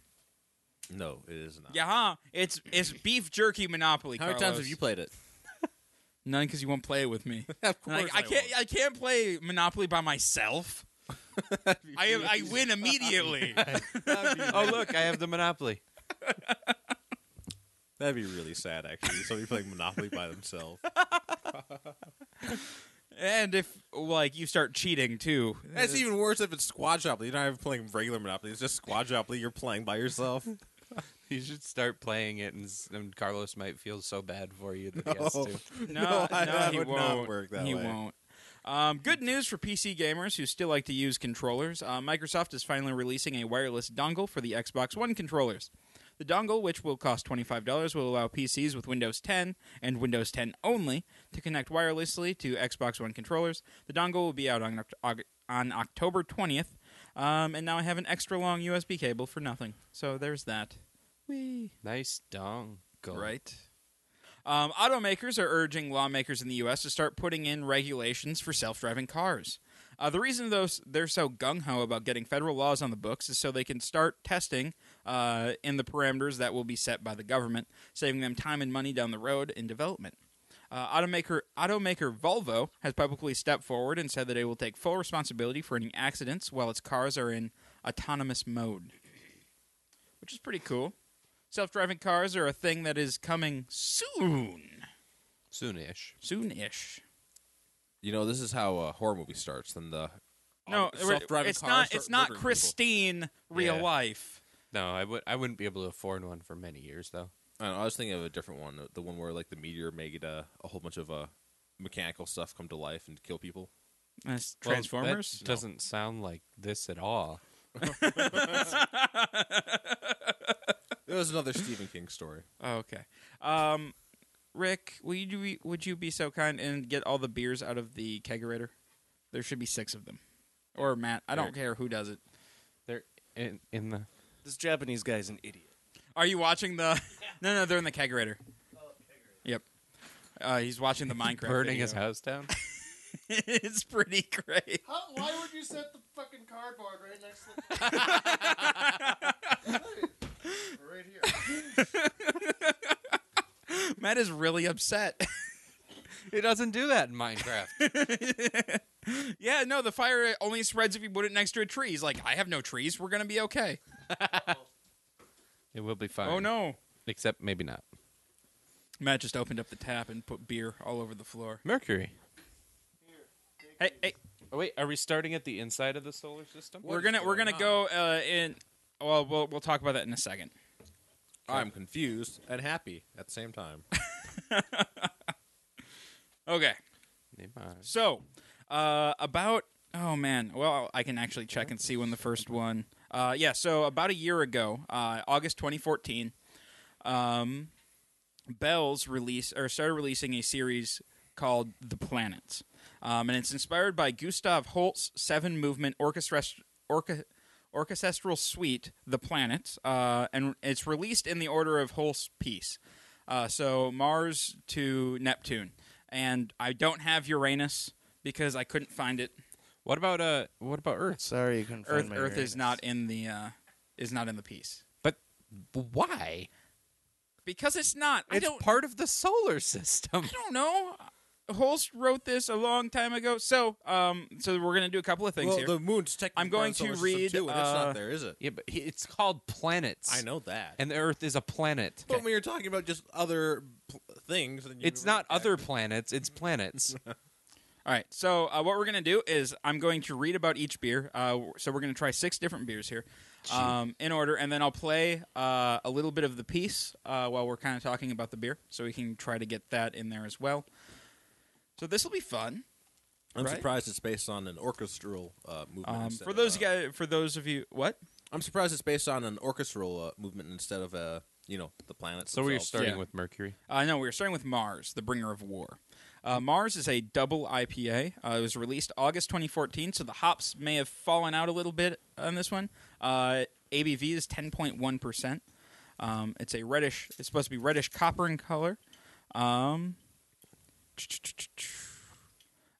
C: No, it is not.
B: Yeah, huh? It's it's beef jerky monopoly.
C: How many times have
B: Carlos.
C: you played it?
B: None, because you won't play it with me.
C: (laughs) of
B: Like, I can't. I can't play Monopoly by
C: (laughs)
B: myself. I am, I win immediately.
E: (laughs) oh, look, I have the Monopoly.
C: That'd be really sad, actually. Somebody playing Monopoly by themselves.
B: and if like you start cheating too,
C: (laughs) That's even worse if it's Squatchopoly. You're not even playing regular Monopoly. It's just Squatchopoly. You're playing by (laughs) yourself.
E: (laughs) You should start playing it, and, s- and Carlos might feel so bad for you that he has
C: No.
B: (laughs)
E: to. (laughs)
B: no,
C: No, I-
B: no,
C: that
B: he
C: would
B: won't.
C: not work that
B: he
C: way.
B: won't. Um, good news for PC gamers who still like to use controllers. Uh, Microsoft is finally releasing a wireless dongle for the Xbox One controllers. The dongle, which will cost $25, will allow PCs with Windows 10 and Windows 10 only to connect wirelessly to Xbox One controllers. The dongle will be out on, Oct- Aug- on October 20th. Um, and now I have an extra long USB cable for nothing. So there's that. Whee.
E: Nice dong.
B: Right. Um, automakers are urging lawmakers in the U.S. to start putting in regulations for self driving cars. Uh, the reason those they're so gung ho about getting federal laws on the books is so they can start testing uh, in the parameters that will be set by the government, saving them time and money down the road in development. Uh, automaker automaker Volvo has publicly stepped forward and said that it will take full responsibility for any accidents while its cars are in autonomous mode, which is pretty cool. Self-driving cars are a thing that is coming soon,
E: Soonish.
B: soon-ish.
C: You know, this is how a horror movie starts. Then the
B: No,
C: auto- Um, self-driving
B: it's
C: cars
B: not.
C: start
B: It's not
C: murdering
B: pristine real
E: Yeah.
B: life.
E: No, I would. I wouldn't be able to afford one for many years, though.
C: people. I, don't know, I was thinking of a different one. The one where like the meteor made a, a whole bunch of uh, mechanical stuff come to life and kill people.
B: That's
E: Well,
B: Transformers.
E: that doesn't sound like this at all.
C: It was (coughs) another Stephen King story.
B: oh, okay. Um, Rick, will you do, would you be so kind and get all the beers out of the kegerator? There should be six of them. Or Matt, I don't care who does it.
E: They're in, in the.
D: This Japanese guy's an idiot.
B: Are you watching the? No, no, they're in the kegerator. Yep. Uh, he's watching the Minecraft.
E: burning
B: video.
E: his house down.
B: (laughs) it's pretty great.
F: How, why would you set the fucking cardboard right next to the. right here.
B: Matt is really upset.
E: It doesn't do that in Minecraft.
B: Yeah, no, the fire only spreads if you put it next to a tree. He's like, I have no trees. We're going to be okay.
E: (laughs) it will be fine.
B: Oh, no.
E: Except maybe not.
B: Matt just opened up the tap and put beer all over the floor.
E: Mercury.
B: Hey, hey,
E: Oh wait, are we starting at the inside of the solar system?
B: we're gonna we're gonna go uh, in. Well, we'll we'll talk about that in a second.
C: I'm confused and happy at the same time.
B: Okay,
E: Neymar.
B: so uh, about oh man, well I can actually check and see when the first one. Uh, yeah, so about a year ago, uh, August 2014, um, Bell's release or started releasing a series called The Planets, um, and it's inspired by Gustav Holst's seven movement orchestra orca, orchestral suite, The Planets, uh, and it's released in the order of Holst's piece. Uh, so Mars to Neptune, and I don't have Uranus because I couldn't find it.
E: What about uh? What about Earth?
D: (laughs) Sorry, you couldn't
B: Earth
D: find my
B: Earth is
D: Uranus.
B: not in the uh, is not in the piece
E: But why?
B: because it's not. I
E: It's
B: don't
E: part of the solar (laughs) system.
B: I don't know. Holst wrote this a long time ago. So, um, so we're gonna do a couple of things
C: well,
B: here.
C: the moon's technically
B: I'm going
C: part of the
B: to
C: solar system
B: read,
C: too, and it's
B: uh,
C: not there, is it?
E: Yeah, but he, it's called planets.
C: I know that.
E: And the Earth is a planet.
C: But when you're talking about just other pl- things, then
E: (laughs)
C: you
E: It's not other planets. It's planets.
B: All right. So uh, what we're gonna do is I'm going to read about each beer. Uh, so we're gonna try six different beers here, um, in order, and then I'll play uh, a little bit of the piece uh, while we're kind of talking about the beer, so we can try to get that in there as well. So this will be fun.
C: I'm
B: Right.
C: surprised it's based on an orchestral uh, movement.
B: Um,
C: instead
B: for
C: of
B: those
C: a-
B: you guys, for those of you, what?
C: I'm surprised it's based on an orchestral uh, movement instead of uh, you know the planets.
E: So we're
C: themselves.
E: starting
B: Yeah.
E: with Mercury.
B: Uh, no, we were starting with Mars, the bringer of war. Uh, Mars is a double IPA. Uh, it was released August 2014, so the hops may have fallen out a little bit on this one. Uh, ABV is 10.1%. Um, it's a reddish, it's supposed to be reddish copper in color. Um,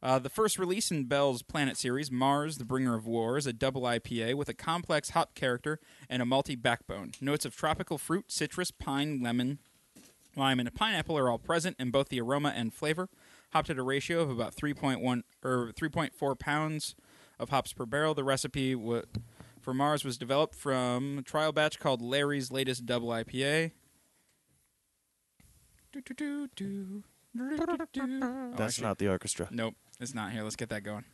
B: uh, the first release in Bell's Planet series, Mars, the Bringer of War, is a double IPA with a complex hop character and a malty backbone. Notes of tropical fruit, citrus, pine, lemon, lime, and a pineapple are all present in both the aroma and flavor. Hopped at a ratio of about 3.1 or 3.4 pounds of hops per barrel. The recipe wa for Mars was developed from a trial batch called Larry's Latest Double IPA. Do-do-do-do. Do-do-do-do. Oh,
D: That's
B: actually-
D: not the orchestra.
B: (laughs) Nope, it's not here. Let's get that going.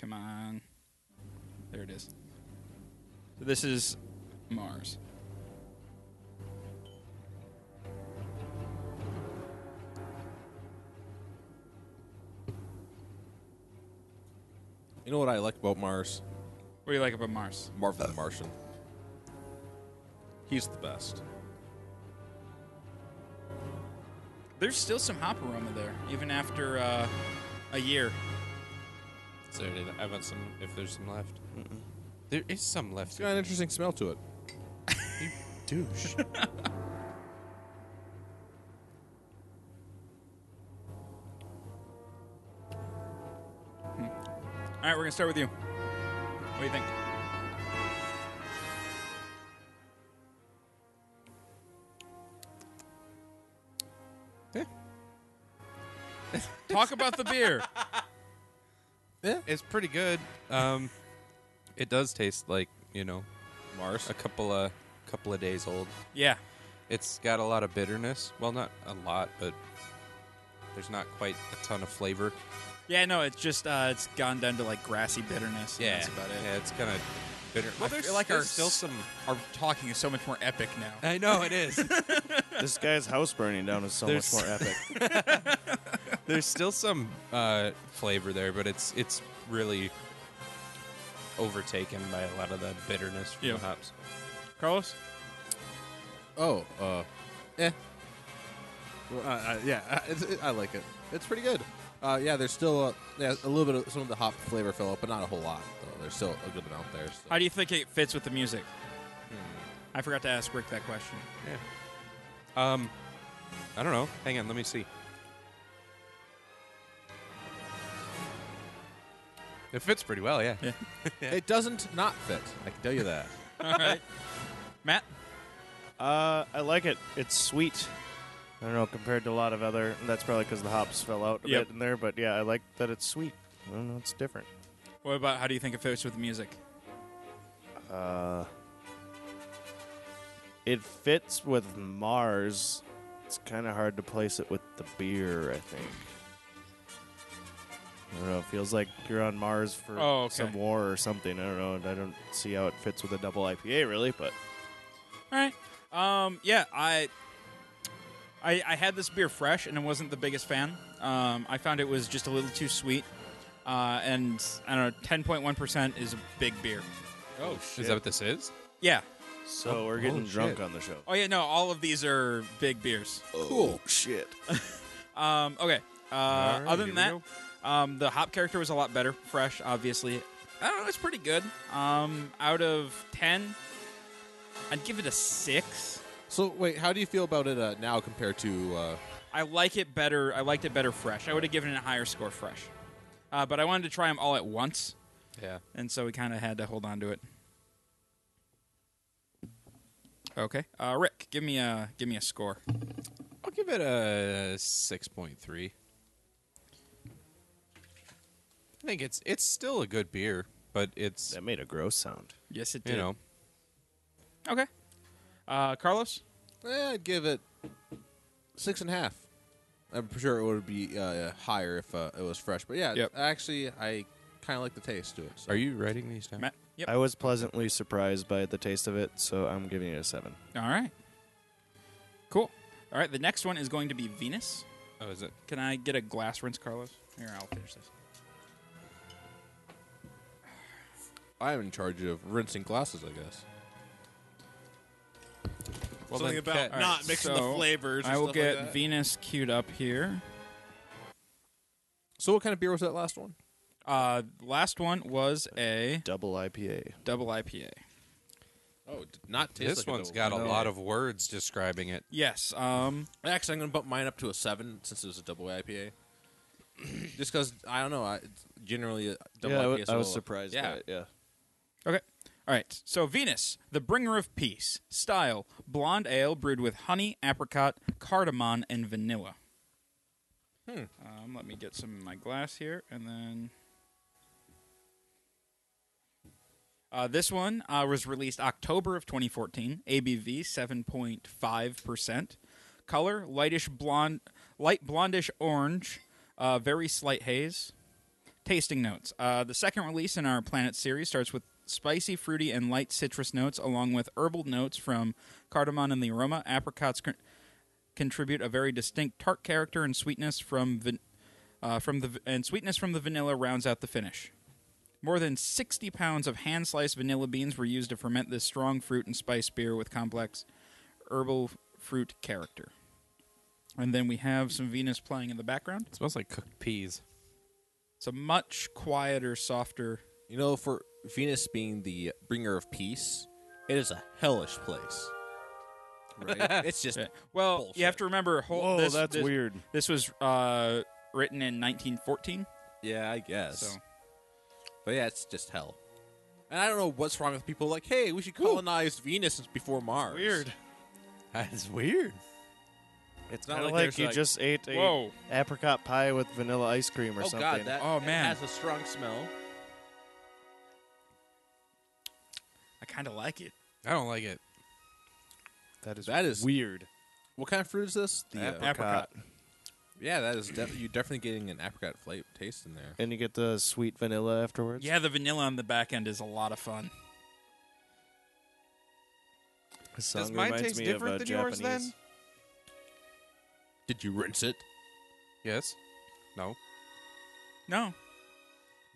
B: Come on. There it is. So this is Mars.
C: You know what I like about Mars?
B: What do you like about Mars?
C: Marvin the Martian. He's the best.
B: There's still some hop aroma there, even after uh, a year.
E: So I want some. If there's some left, There is some left.
C: It's got an interesting smell to it.
E: You douche.
B: All right, we're gonna start with you. What do you think? Talk about the beer.
E: (laughs) it's pretty good. Um, it does taste like you know
C: Mars.
E: a couple of couple of days old.
B: yeah,
E: It's got a lot of bitterness. Well, not a lot, but there's not quite a ton of flavor.
B: yeah, no, it's just uh, it's gone down to like grassy bitterness. and that's about it.
E: Yeah, it's kind of bitter.
B: Well,
E: I
B: there's-
E: feel like
B: there's
E: there's still some.
B: Our talking is so much more epic now.
E: (laughs) I know it is.
D: This guy's house burning down is so much
E: There's-
B: (laughs)
D: more epic.
E: there's still some uh, flavor there, but it's it's really overtaken by a lot of the bitterness from
B: Yeah.
E: the hops.
B: Carlos,
C: Oh, uh, eh. Well, uh, uh, yeah, uh, it's, it, I like it. It's pretty good. Uh, yeah, there's still a, yeah, a little bit of some of the hop flavor fill up, but not a whole lot. Though. There's still a good amount there. so.
B: how do you think it fits with the music? I forgot to ask Rick that question.
E: Um, I don't know. Hang on, let me see. It fits pretty well, yeah.
C: It doesn't not fit. I can tell you (laughs) that.
B: All right, Matt.
D: Uh, I like it. It's sweet. I don't know compared to a lot of other. That's probably because the hops fell out a
B: Yep.
D: bit in there, but yeah, I like that it's sweet. I don't know, it's different.
B: What about how do you think it fits with the music?
D: Uh, it fits with Mars. It's kind of hard to place it with the beer. I think. I don't know. It feels like you're on Mars for
B: Oh, okay.
D: some war or something. I don't know. and I don't see how it fits with a double IPA, really. But
B: All right. Um, yeah, I, I I had this beer fresh and I wasn't the biggest fan. Um, I found it was just a little too sweet. Uh, and I don't know, ten point one percent is a big beer.
E: Oh, shit. Is that what this is?
B: Yeah.
D: so
C: Oh,
D: we're getting drunk on the show.
B: Oh yeah. No, all of these are big beers.
C: cool.
D: Shit.
B: Um, okay. Uh,
E: right,
B: other than
E: here
B: that,
E: we
B: um, the hop character was a lot better. Fresh, obviously. I don't know. It's pretty good. Um, out of ten, I'd give it a six.
C: So wait, how do you feel about it uh, now compared to? Uh,
B: I like it better. I liked it better fresh. I would have given it a higher score fresh, uh, but I wanted to try them all at once,
E: Yeah.
B: and so we kind of had to hold on to it. Okay, uh, Rick, give me a give me a score.
E: I'll give it a 6.3. I think it's it's still a good beer, but it's
D: That made a gross sound.
B: Yes, it did.
E: you know,
B: Okay, uh, Carlos.
C: eh, I'd give it six and a half. I'm sure it would be uh, higher if uh, it was fresh. But yeah,
B: Yep.
C: actually, I kind of like the taste to it. So.
E: Are you writing these down?
B: Matt? Yep.
D: I was pleasantly surprised by the taste of it, so I'm giving it a seven.
B: All right. Cool. All right. The next one is going to be Venus.
E: Oh, is it?
B: Can I get a glass rinse, Carlos? Here, I'll finish this.
C: I'm in charge of rinsing glasses, I guess.
E: Well,
G: Something
E: then,
G: about
E: cat-
G: not mixing
B: so
G: the flavors. and
B: I will
G: stuff
B: get
G: like that.
B: Venus queued up here.
C: So, what kind of beer was that last one?
B: Uh, last one was a
D: Double IPA.
B: double IPA.
C: Oh, it did not taste.
E: This one's got a lot of words describing it.
B: Yes. Um.
C: Actually, I'm gonna bump mine up to a seven since it was a (clears throat) double IPA. Just because I don't know, I it's generally a double
D: yeah, I
C: IPA.
D: wa-
C: is a
D: I was
C: little-
D: surprised
C: Yeah,
D: by it. Yeah.
B: Okay. All right. So Venus, the bringer of peace, style blonde ale brewed with honey, apricot, cardamom, and vanilla. Hmm. Um, let me get some in my glass here, and then. Uh, this one uh, was released October of 2014. ABV 7.5 percent. Color lightish blonde, light blondish orange, uh, very slight haze. Tasting notes. Uh, the second release in our Planet series starts with spicy, fruity, and light citrus notes, along with herbal notes from cardamom and the aroma. Apricots con- contribute a very distinct tart character, and sweetness from van- uh, from the v- and sweetness from the vanilla rounds out the finish. More than 60 pounds of hand sliced vanilla beans were used to ferment this strong fruit and spice beer with complex herbal fruit character. And then we have some Venus playing in the background.
E: It smells like cooked peas.
B: It's a much quieter, softer.
C: You know, for Venus being the bringer of peace, it is a hellish place. Right? (laughs) it's just
B: Well,
C: Bullshit.
B: you have to remember. Whole,
D: Whoa,
B: this,
D: that's
B: this-
D: weird.
B: This was uh, written in 1914.
C: yeah, I guess.
B: So
C: But yeah, it's just hell. And I don't know what's wrong with people like, hey, we should colonize Venus before Mars.
G: Weird.
E: That's weird.
D: It's
C: not
D: not like,
C: like there's
D: you
C: like-
D: just ate a
B: Whoa.
D: apricot pie with vanilla ice cream
C: Oh
D: or something.
C: god, that
B: Oh,
C: it
B: man.
C: has a strong smell.
B: I kind of like it.
E: I don't like it.
D: that is
C: that is-
D: weird.
C: What kind of fruit is this? The, uh,
D: Apricot.
C: yeah, that is def- you're definitely getting an apricot flavor taste in there.
D: And you get the sweet vanilla afterwards.
B: Yeah, the vanilla on the back end is a lot of fun.
D: This song
E: Does mine
D: reminds
E: taste
D: me
E: different
D: of, uh,
E: than yours, then?
D: Japanese-
C: Did you rinse it?
E: Yes. No.
B: No.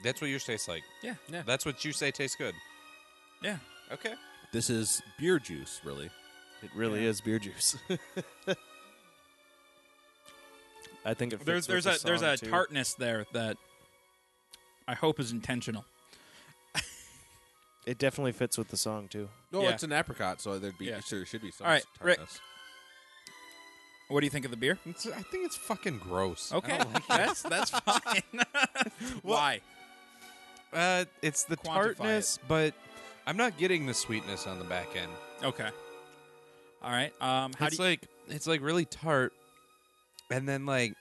E: That's what yours
B: (laughs)
E: tastes like.
B: Yeah.
C: Yeah.
E: That's what you say tastes good.
B: Yeah.
E: Okay.
C: This is beer juice, really.
D: It really is beer juice. (laughs) I think it fits
B: There's there's
D: with the
B: a there's
D: song,
B: a
D: too.
B: tartness there that I hope is intentional.
D: It definitely fits with the song too.
C: No,
B: Yeah.
C: it's an apricot, so there'd be
B: Yeah.
C: there should be some.
B: All right, Rick.
C: tartness.
B: What do you think of the (laughs) beer?
E: It's, I think it's fucking gross.
B: Oh, Okay, that's that's fine. (laughs) Why?
E: Uh, it's the
B: Quantify it.
E: tartness, but I'm not getting the sweetness on the back end.
B: Okay. All right. Um, how do
E: it's
B: you,
E: like it's like really tart, and then like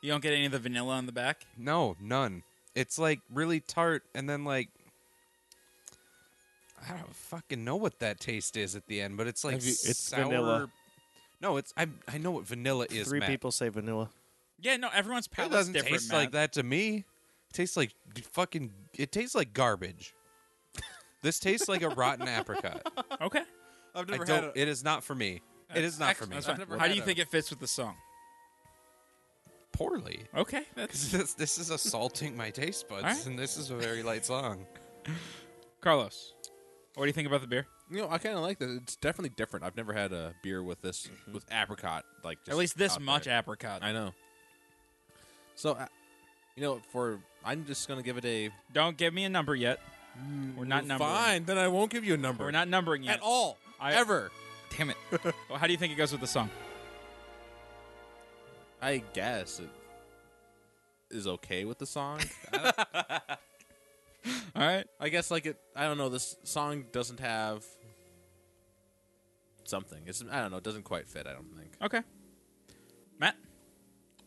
B: you don't get any of the vanilla on the back?
E: no, none. It's like really tart, and then like I don't fucking know what that taste is at the end, but it's like
D: Have you- it's
E: sour.
D: vanilla.
E: No, it's I I know what vanilla is.
D: Three
E: Matt.
D: people say vanilla.
B: Yeah. No, everyone's
E: It
B: palate
E: doesn't
B: different.
E: taste
B: Matt.
E: like that to me. It tastes like g- fucking. It tastes like garbage. this tastes like a rotten apricot.
B: Okay.
E: I've
C: never
E: I
C: had
E: don't, It is not for me. It is not for me.
B: That's fine.
C: never
B: How do
C: had
B: you
C: a-
B: think it fits with the song?
E: Poorly. (laughs)
B: Okay. That's
E: This, this is assaulting my taste buds,
B: Alright.
E: and this is a very light song.
B: Carlos. What do you think about the beer?
C: You know, I kind of like that. It's definitely different. I've never had a beer with this with apricot like just
B: At least this
C: out
B: much
C: there.
B: apricot.
C: I know. So, I- you know, for I'm just gonna give it a
B: Don't give me a number yet. We're not numbering.
C: fine. Then I won't give you a number
B: We're not numbering yet
C: at all
B: I-
C: ever.
B: Damn (laughs) it. well, how do you think it goes with the song?
C: I guess it is okay with the (laughs) song.
B: All right.
C: I guess like it. I don't know. This song doesn't have something. It's I don't know. It doesn't quite fit. I don't think.
B: Okay. Matt,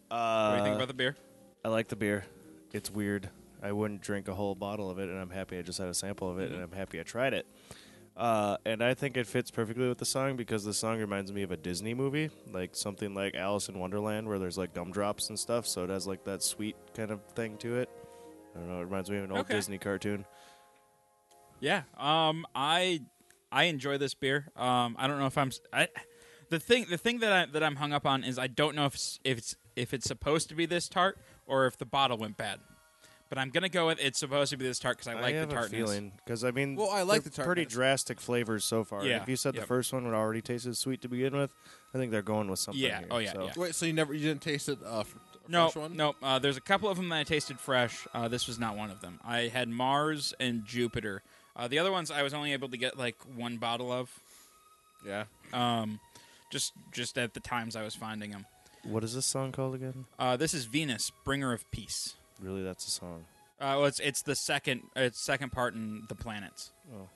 B: what do
D: Uh,
B: you think about the beer?
D: I like the beer. It's
B: Mm-hmm.
D: weird. I wouldn't drink a whole bottle of it, and I'm happy I just had a sample of it, and I'm happy I tried it. Uh, and I think it fits perfectly with the song because the song reminds me of a Disney movie, like something like Alice in Wonderland, where there's like gumdrops and stuff. So it has like that sweet kind of thing to it. I don't know. It reminds me of an old
B: Okay.
D: Disney cartoon.
B: Yeah. Um. I I enjoy this beer. Um. I don't know if I'm. s- I. The thing the thing that I that I'm hung up on is I don't know if it's, if it's if it's supposed to be this tart or if the bottle went bad. But I'm gonna go with it's supposed to be this tart because I, like
D: have
B: the
D: a
B: tartness.
D: feeling because I mean,
C: Well, I like
D: they're
C: the tartness.
D: pretty drastic flavors so far.
B: Yeah,
D: If you said
B: yep.
D: the first one would already taste as sweet to begin with, I think they're going with something.
B: Yeah,
D: here,
B: oh yeah,
D: so.
B: yeah.
C: Wait, so you never you didn't taste it? Uh, f- a
B: No,
C: fresh one?
B: no. Uh, there's a couple of them that I tasted fresh. Uh, this was not one of them. I had Mars and Jupiter. Uh, the other ones I was only able to get like one bottle of,
C: Yeah.
B: um, just just at the times I was finding them.
D: What is this song called again?
B: Uh, this is Venus, bringer of peace.
D: Really, that's a song.
B: Uh, well, it's it's the second uh, it's second part in the planets.
D: Oh.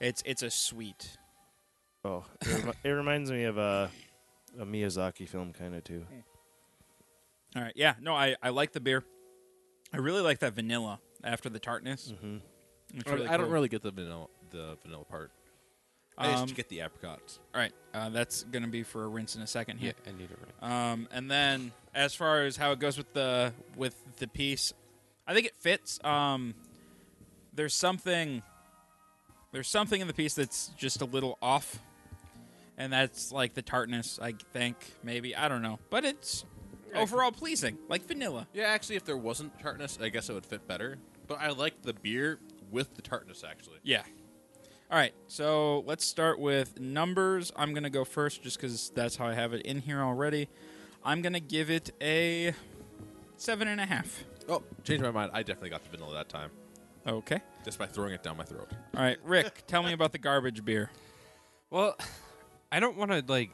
B: It's it's a sweet.
D: Oh, it, remi- it reminds me of a, a Miyazaki film, kind of too.
B: All right, yeah, no, I, I like the beer. I really like that vanilla after the tartness. Mm-hmm.
C: I, I don't really get the vanilla the vanilla part. I
B: Um,
C: just get the apricots.
B: All right, uh, that's gonna be for a rinse in a second here.
E: Yeah, I need it right.
B: Um, and then as far as how it goes with the with the piece, I think it fits. Um, there's something there's something in the piece that's just a little off, and that's like the tartness. I think maybe I don't know, but it's overall pleasing, like vanilla.
C: Yeah, actually, if there wasn't tartness, I guess it would fit better. But I like the beer with the tartness. Actually,
B: Yeah. All right, so let's start with numbers. I'm gonna go first just because that's how I have it in here already. I'm gonna give it a seven and a half.
C: oh, changed my mind. I definitely got the vanilla that time
B: Okay.
C: just by throwing it down my throat.
B: All right, Rick, tell me about the garbage beer.
E: Well, (sighs) I don't want to like.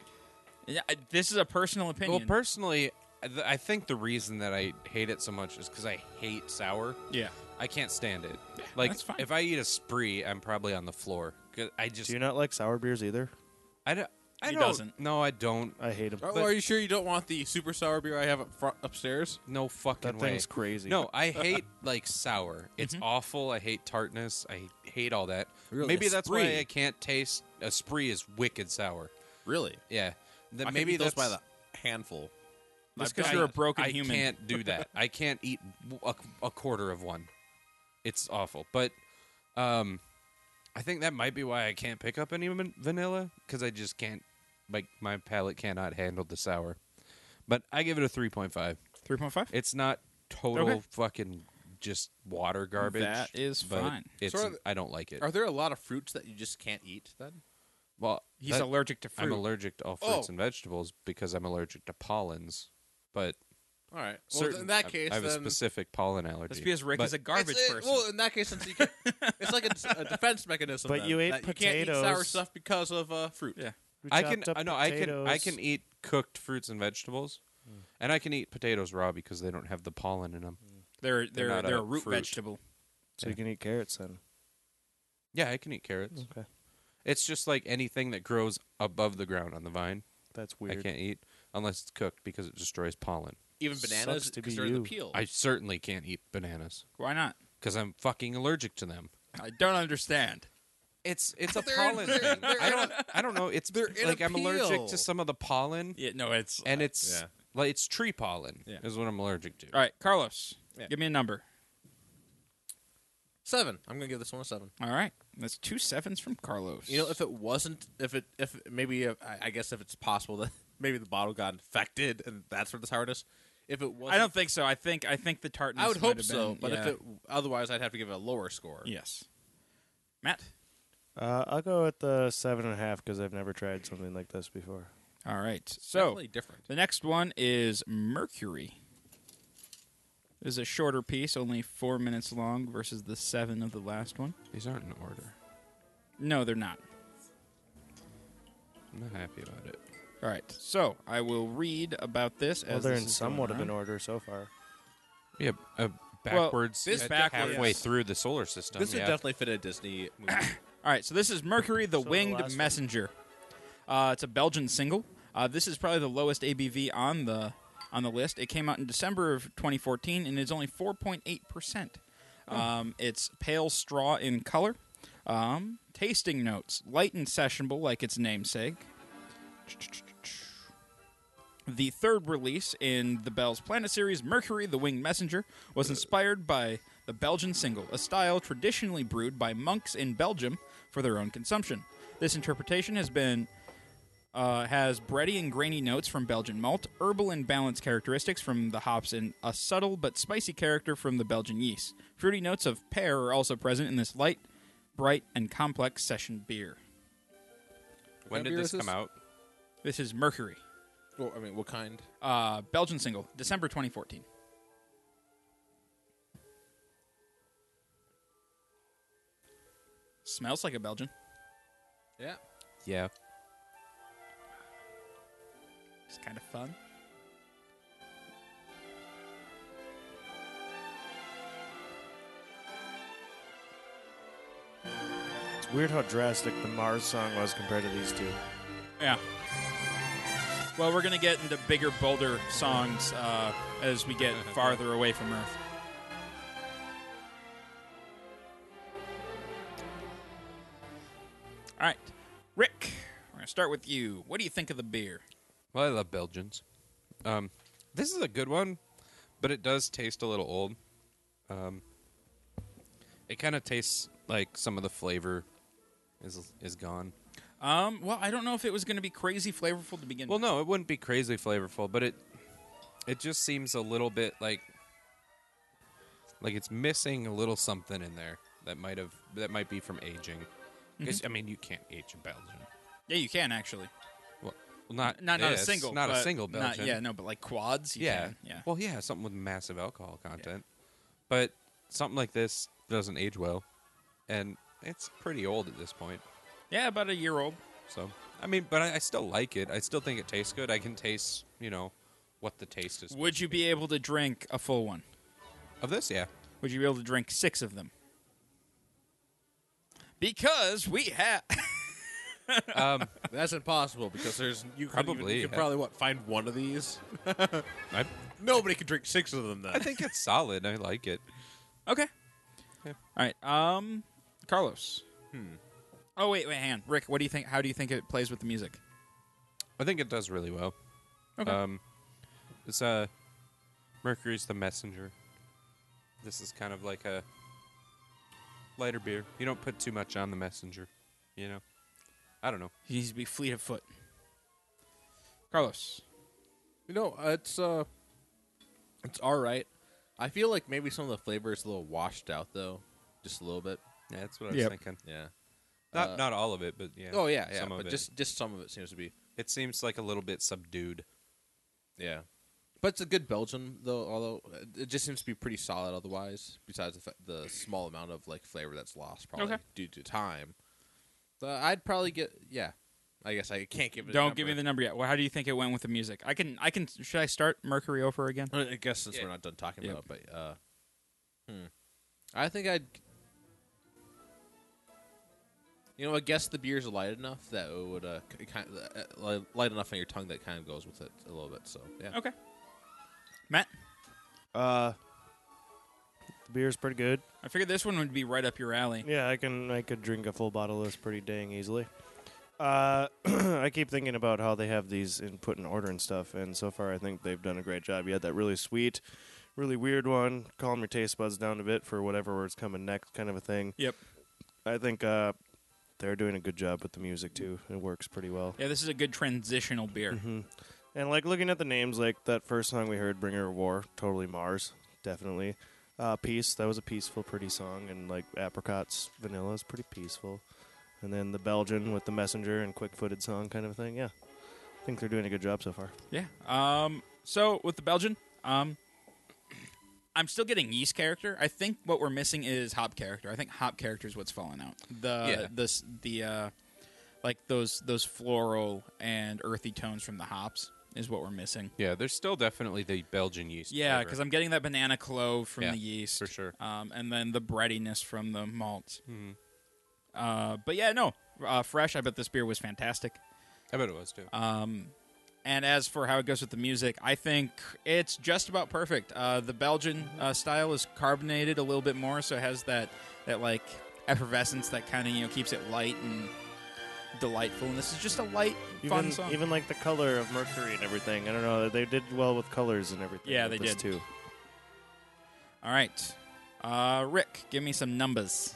B: Yeah, I- This is a personal opinion.
E: Well, personally, I th- I think the reason that I hate it so much is because I hate sour.
B: yeah.
E: I can't stand it. like,
B: that's fine.
E: if I eat a spree, I'm probably on the floor. 'Cause I just.
D: Do you not like sour beers either?
E: I don't. I
B: He
E: don't.
B: doesn't.
E: No, I don't.
D: I hate them.
C: Oh, are you sure you don't want the super sour beer I have up front, upstairs?
E: No fucking
D: That
E: way.
D: thing's crazy.
E: No,
D: (laughs)
E: I hate like sour. It's
B: Mm-hmm.
E: awful. I hate tartness. I hate all that.
C: Really?
E: Maybe
C: A
E: that's
C: spree?
E: why I can't taste a spree is wicked sour.
C: Really?
E: Yeah. Then
C: I
E: maybe
C: can eat those
E: that's
C: by the handful.
B: That's
E: I've
B: because
E: got-
B: you're a broken
E: I
B: human.
E: can't do that. I can't eat w- a, a quarter of one. It's awful. But um, I think that might be why I can't pick up any van- vanilla because I just can't. Like my palate cannot handle the sour. But I give it a three point five.
B: 3.5?
E: It's not total
B: Okay.
E: fucking just water garbage.
B: That is
E: but
B: fine.
E: It's
C: So are the-
E: I don't like it.
C: Are there a lot of fruits that you just can't eat then?
E: well,
B: He's
E: that-
B: allergic to fruit.
E: I'm allergic to all fruits
C: Oh.
E: and vegetables because I'm allergic to pollens. But
C: All right.
E: certain,
C: well, in that
E: I-
C: case,
E: I have
C: then
E: a specific pollen allergy.
B: That's because Rick
E: But
B: is a garbage
C: it's, it-
B: person.
C: Well, in that case, since you (laughs) can, it's like a, d- a defense mechanism.
D: But
C: then,
D: you ate
C: that You can't eat sour
D: potatoes.
C: stuff because of uh, fruit.
B: yeah.
D: We
E: I can
D: chopped up
E: I know I can I
D: potatoes.
E: can eat cooked fruits and vegetables,
C: Hmm.
E: and I can eat potatoes raw because they don't have the pollen in them.
B: They're, they're, they're,
E: not
B: a
E: a
B: root
E: fruit.
B: vegetable.
D: So you can eat carrots then.
E: Yeah, I can eat carrots.
D: Okay,
E: It's just like anything that grows above the ground on the vine.
D: that's weird.
E: I can't eat unless it's cooked because it destroys pollen.
C: Even
D: Sucks
C: bananas
D: to be
C: because they're in the
D: you.
C: peel.
E: I certainly can't eat bananas
B: Why not?
E: because I'm fucking allergic to them.
B: I don't understand.
E: It's it's a
C: (laughs) They're-
E: pollen
C: they're-
E: thing.
C: they're
E: I
C: in
E: don't I don't know. It's
C: they're in a
E: like I'm allergic
C: peel.
E: to some of the pollen,
B: Yeah, no, it's.
E: and it's
C: Yeah.
E: like it's tree pollen
C: Yeah.
E: is what I'm allergic to.
B: All right, Carlos,
C: Yeah.
B: give me a number.
C: seven. I'm gonna give this one a seven.
B: All right. That's two sevens from Carlos.
C: You know, if it wasn't, if it, if maybe, uh, I I guess if it's possible that (laughs) maybe the bottle got infected and that's where the sourness. If it was,
B: I don't think so. I think I think the tartness.
C: I would
B: might
C: hope
B: have
C: so.
B: been-
C: but if
B: yeah.
C: it, otherwise, I'd have to give it a lower score.
B: Yes. Matt?
D: Uh, I'll go with the seven and a half because I've never tried something like this before.
B: All right. So.
C: definitely different.
B: The next one is Mercury. This is a shorter piece, only four minutes long, versus the seven of the last one.
E: These aren't in order.
B: No, they're not.
E: I'm not happy about it.
B: All right, so I will read about this
D: Well,
B: as
D: they're
B: this
D: in
B: is
D: somewhat
B: going
D: of an
B: on.
D: order so far.
E: Yeah, uh, backwards.
B: this
E: uh,
B: backwards-
E: halfway through the solar system.
C: This would
E: yeah.
C: definitely fit a Disney movie.
B: All right, so this is Mercury, the
D: the
B: Winged
D: last one.
B: Messenger. Uh, it's a Belgian single. Uh, this is probably the lowest ABV on the on the list. It came out in December of 2014 and is only 4.8 percent. Um, it's pale straw in color. Um, tasting notes light and sessionable, like its namesake. The third release in the Bell's Planet series, Mercury the Winged Messenger, was inspired by the Belgian single, a style traditionally brewed by monks in Belgium for their own consumption. This interpretation has been uh, has bready and grainy notes from Belgian malt, herbal and balanced characteristics from the hops, and a subtle but spicy character from the Belgian yeast. Fruity notes of pear are also present in this light, bright, and complex session beer.
E: When
C: That
E: did
C: beer
E: this
C: is-
E: come out?
B: This is Mercury,
C: Well, I mean, what kind?
B: uh, Belgian single, December 2014. Smells like a Belgian.
C: Yeah.
E: Yeah.
B: It's kind of fun.
D: It's weird how drastic the Mars song was compared to these two.
B: Yeah. Well, we're gonna get into bigger, bolder songs uh, as we (laughs) get farther away from Earth. All right, Rick, we're gonna start with you. What do you think of the beer?
E: Well, I love Belgians. Um, this is a good one, but it does taste a little old. Um, it kind of tastes like some of the flavor is is gone.
B: Um, well, I don't know if it was gonna be crazy flavorful to begin.
E: Well,
B: with.
E: no, it wouldn't be crazy flavorful, but it it just seems a little bit like like it's missing a little something in there that might have that might be from aging.
B: Mm-hmm.
E: 'Cause, I mean, you can't age a Belgian.
B: yeah, you can actually.
E: Well, not
B: Not not a
E: this,
B: single,
E: not a
B: but
E: single
B: not-
E: Belgian.
B: yeah, no, but like quads. You
E: yeah,
B: can, yeah.
E: Well, yeah, something with massive alcohol content, but something like this doesn't age well, and it's pretty old at this point.
B: yeah, about a year old.
E: So, I mean, but I, I still like it. I still think it tastes good. I can taste, you know, what the taste is
B: Would you be able to drink a full one?
E: of this. Yeah.
B: Would you be able to drink six of them? Because we have. (laughs)
E: Um,
C: That's impossible because there's you probably
E: Probably,
C: you could
E: yeah.
C: probably what find one of these. (laughs)
E: I,
C: Nobody could drink six of them then.
E: I think
B: (laughs)
E: it's solid. I like it.
B: okay.
E: Yeah.
B: All right. Um, Carlos. Hmm. Oh wait, wait, hang on. Rick, what do you think? How do you think it plays with the music?
E: I think it does really well.
B: Okay.
E: Um, it's uh, Mercury's the messenger. This is kind of like a lighter beer. You don't put too much on the messenger, you know. I don't know.
B: He needs to be fleet of foot. Carlos.
C: You know, uh, it's uh, it's all right. I feel like maybe some of the flavor is a little washed out though, just a little bit.
E: Yeah, that's what I was
B: Yep.
E: thinking.
C: Yeah.
E: Not
C: Uh,
E: not all of it, but yeah.
C: Oh yeah, yeah.
E: some of
C: but
E: it.
C: just just some of it seems to be.
E: it seems like a little bit subdued.
C: Yeah. But it's a good Belgian though. Although uh, it just seems to be pretty solid otherwise. Besides the, fa- the small amount of like flavor that's lost probably
B: Okay.
C: due to time. So I'd probably get yeah. I guess I can't give it. a
B: Don't give me the number
C: number.
B: yet. Well, how do you think it went with the music? I can. I can. Should I start Mercury over again?
C: (laughs) I guess since
E: Yeah.
C: we're not done talking
B: Yep.
C: about it, but uh, hmm. I think I'd. You know, I guess the beer's light enough that it would uh, kind of, uh, light enough on your tongue that it kind of goes with it a little bit. So yeah,
B: Okay. Matt,
D: Uh, the beer's pretty good.
B: I figured this one would be right up your alley.
D: Yeah, I can I could drink a full bottle of this pretty dang easily. Uh, (clears throat) I keep thinking about how they have these in put in order and stuff, and so far I think they've done a great job. You had that really sweet, really weird one, calm your taste buds down a bit for whatever is coming next, kind of a thing.
B: Yep.
D: I think uh, they're doing a good job with the music too. It works pretty well.
B: Yeah, this is a good transitional beer.
E: Mm-hmm.
D: And like looking at the names, like that first song we heard, "Bringer of War," totally Mars, definitely. Uh, Peace, that was a peaceful, pretty song, and like Apricots, Vanilla is pretty peaceful. And then the Belgian with the Messenger and quick-footed song kind of thing. Yeah, I think they're doing a good job so far.
B: Yeah. Um. So with the Belgian, um, I'm still getting yeast character. I think what we're missing is hop character. I think hop character is what's falling out. The
E: Yeah.
B: this the uh, like those those floral and earthy tones from the hops is what we're missing.
E: Yeah, there's still definitely the Belgian yeast.
B: Yeah, because I'm getting that banana clove from
E: Yeah,
B: the yeast
E: for sure.
B: um, and then the breadiness from the malts.
D: Hmm.
B: Uh, but yeah, no, uh, fresh. I bet this beer was fantastic.
E: I bet it was too.
B: Uh, And as for how it goes with the music, I think it's just about perfect. Uh, the Belgian uh, style is carbonated a little bit more, so it has that that like effervescence that kind of you know keeps it light and delightful. And this is just a light, fun
D: Even,
B: song.
D: even like the color of Mercury and everything. I don't know. They did well with colors and everything.
B: Yeah,
D: with
B: they
D: this
B: did.
D: too.
B: All right, uh, Rick, give me some numbers.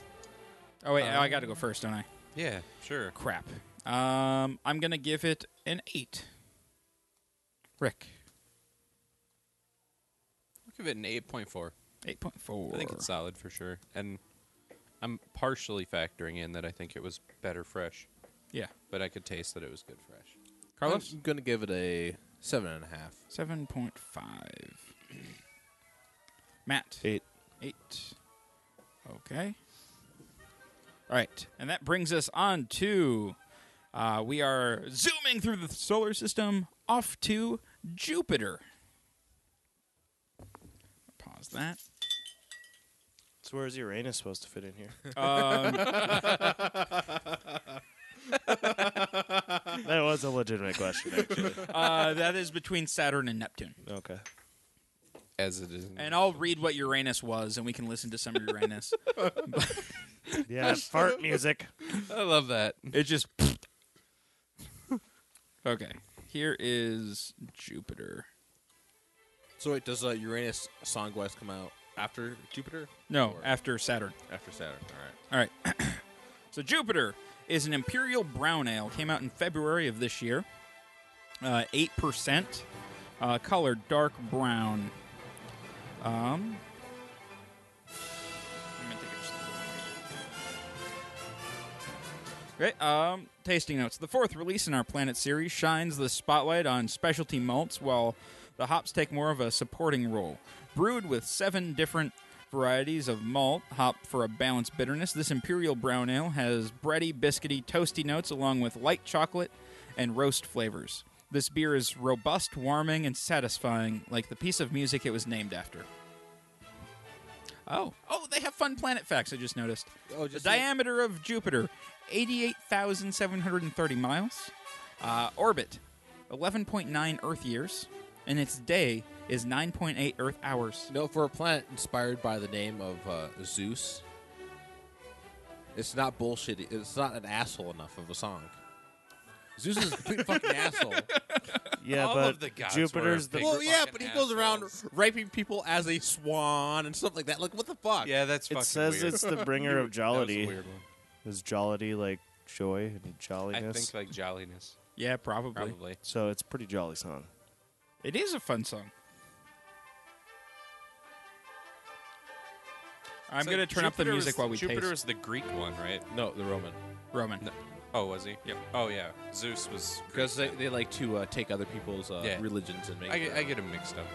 B: Oh wait,
D: Uh,
B: oh, I got to go first, don't I?
E: Yeah, sure.
B: Crap. Um, I'm gonna give it an eight. Rick,
E: I'll give it an 8.4.
B: eight point four.
E: I think it's solid for sure. And I'm partially factoring in that I think it was better fresh,
B: yeah.
E: but I could taste that it was good fresh.
B: Carlos,
C: I'm gonna give it a seven and a half.
B: seven point five. (clears throat) Matt,
D: Eight.
B: Eight. Okay. All right, and that brings us on to uh, we are zooming through the solar system off to Jupiter. Pause
E: (laughs)
B: that.
D: So where is Uranus supposed to
B: (laughs)
D: fit in here?
B: Um.
D: (laughs) that was a legitimate question, actually.
B: Uh, that is between Saturn and Neptune.
D: Okay.
E: As it is.
B: And I'll read what Uranus was, and we can listen to some of
E: (laughs)
B: Uranus.
D: Yeah, that fart music.
E: I love that.
B: It just. okay. Here is Jupiter.
C: (sniffs) So wait, does uh, Uranus song wise come out after Jupiter?
B: No,
C: Or
B: after Saturn.
C: after Saturn. All right.
B: All right. (coughs) so Jupiter is an imperial brown ale. Came out in February of this year. Uh, Eight percent, uh, color dark brown. Um, I'm gonna take it just a little bit. Okay, um, tasting notes. The fourth release in our Planet series shines the spotlight on specialty malts, while the hops take more of a supporting role. Brewed with seven different varieties of malt hop for a balanced bitterness, this imperial brown ale has bready, biscuity, toasty notes, along with light chocolate and roast flavors. This beer is robust, warming, and satisfying, like the piece of music it was named after. Oh, oh, they have fun planet facts. I just noticed.
C: Oh, just
B: the
C: like-
B: diameter of Jupiter, eighty-eight thousand seven hundred and thirty miles. Uh, orbit, eleven point nine Earth years, and its day is nine point eight Earth hours.
C: No, for a planet inspired by the name of uh, Zeus, it's not bullshit. It's not an asshole enough of a song. Zeus is a
E: (laughs)
C: complete fucking asshole.
D: Yeah,
E: All
D: but
E: of the gods were
D: Jupiter's the
E: big
C: Well, yeah,
E: fucking
C: but he goes around
E: assholes.
C: raping people as a swan and stuff like that. Like, what the fuck?
E: Yeah, that's
D: It
E: fucking
D: says
E: weird. (laughs)
D: it's the bringer
E: That was
D: of
E: a
D: jollity.
E: weird one.
D: Is jollity like joy and
E: I
D: jolliness?
E: think like jolliness,
B: Yeah, probably.
E: probably.
D: so it's a pretty jolly song.
B: It is a fun song. I'm
E: It's
B: gonna
E: like
B: turn up the
E: Jupiter
B: music
E: was-
B: while we
E: Jupiter
B: taste.
E: was the Greek one, right?
C: No, the Roman.
B: Roman.
E: No. Oh, was he? Yep. Oh, yeah. Zeus was. Greek.
C: Because they, they like to uh, take other people's uh,
E: Yeah.
C: religions and make.
E: I,
C: it
E: get-
C: their
E: I
C: own.
E: get him mixed up.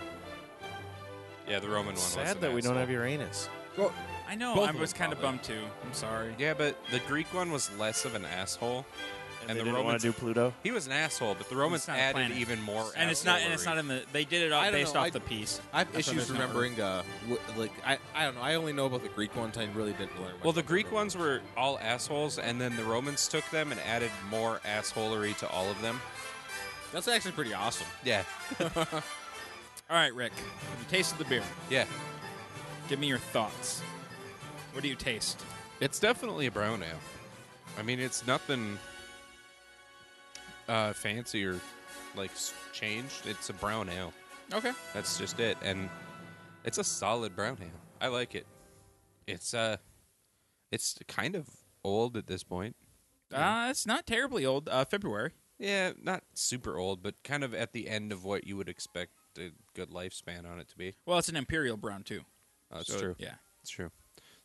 E: Yeah, the Roman one. was
D: Sad
E: an
D: that we don't
E: asshole.
D: have Uranus.
C: Well,
B: I know.
C: Both
B: I
C: of them
B: was kind of
C: probably.
B: bummed too. I'm sorry.
E: Yeah, but the Greek one was less of an asshole. And,
D: they
E: the
D: didn't
E: Romans.
D: want to do Pluto.
E: He was an asshole, but the Romans
B: not a
E: added
B: planet.
E: even more.
B: and it's not. And it's not in the. They did it all
C: I don't
B: based
C: know,
B: off
C: I-
B: the piece.
C: I have
B: That's why
C: issues
B: there's no Earth.
C: remembering. Uh, wh- like, I, I don't know. I only know about the Greek ones. I really didn't learn. much
E: Well, the
C: about
E: Greek
C: Roman.
E: ones were all assholes, and then the Romans took them and added more assholery to all of them.
C: That's actually pretty awesome.
E: Yeah,
B: All right, Rick. You tasted the beer.
E: yeah.
B: Give me your thoughts. What do you taste?
E: It's definitely a brown ale. I mean, it's nothing uh, fancy or like s- changed. It's a brown ale.
B: Okay.
E: That's just it, and it's a solid brown ale. I like it. It's uh, it's kind of old at this point.
B: Uh, it's not terribly old. Uh, February.
E: Yeah, not super old, but kind of at the end of what you would expect a good lifespan on it to be.
B: Well, it's an imperial brown too.
E: Oh, that's
B: So,
E: true.
B: Yeah.
E: It's true.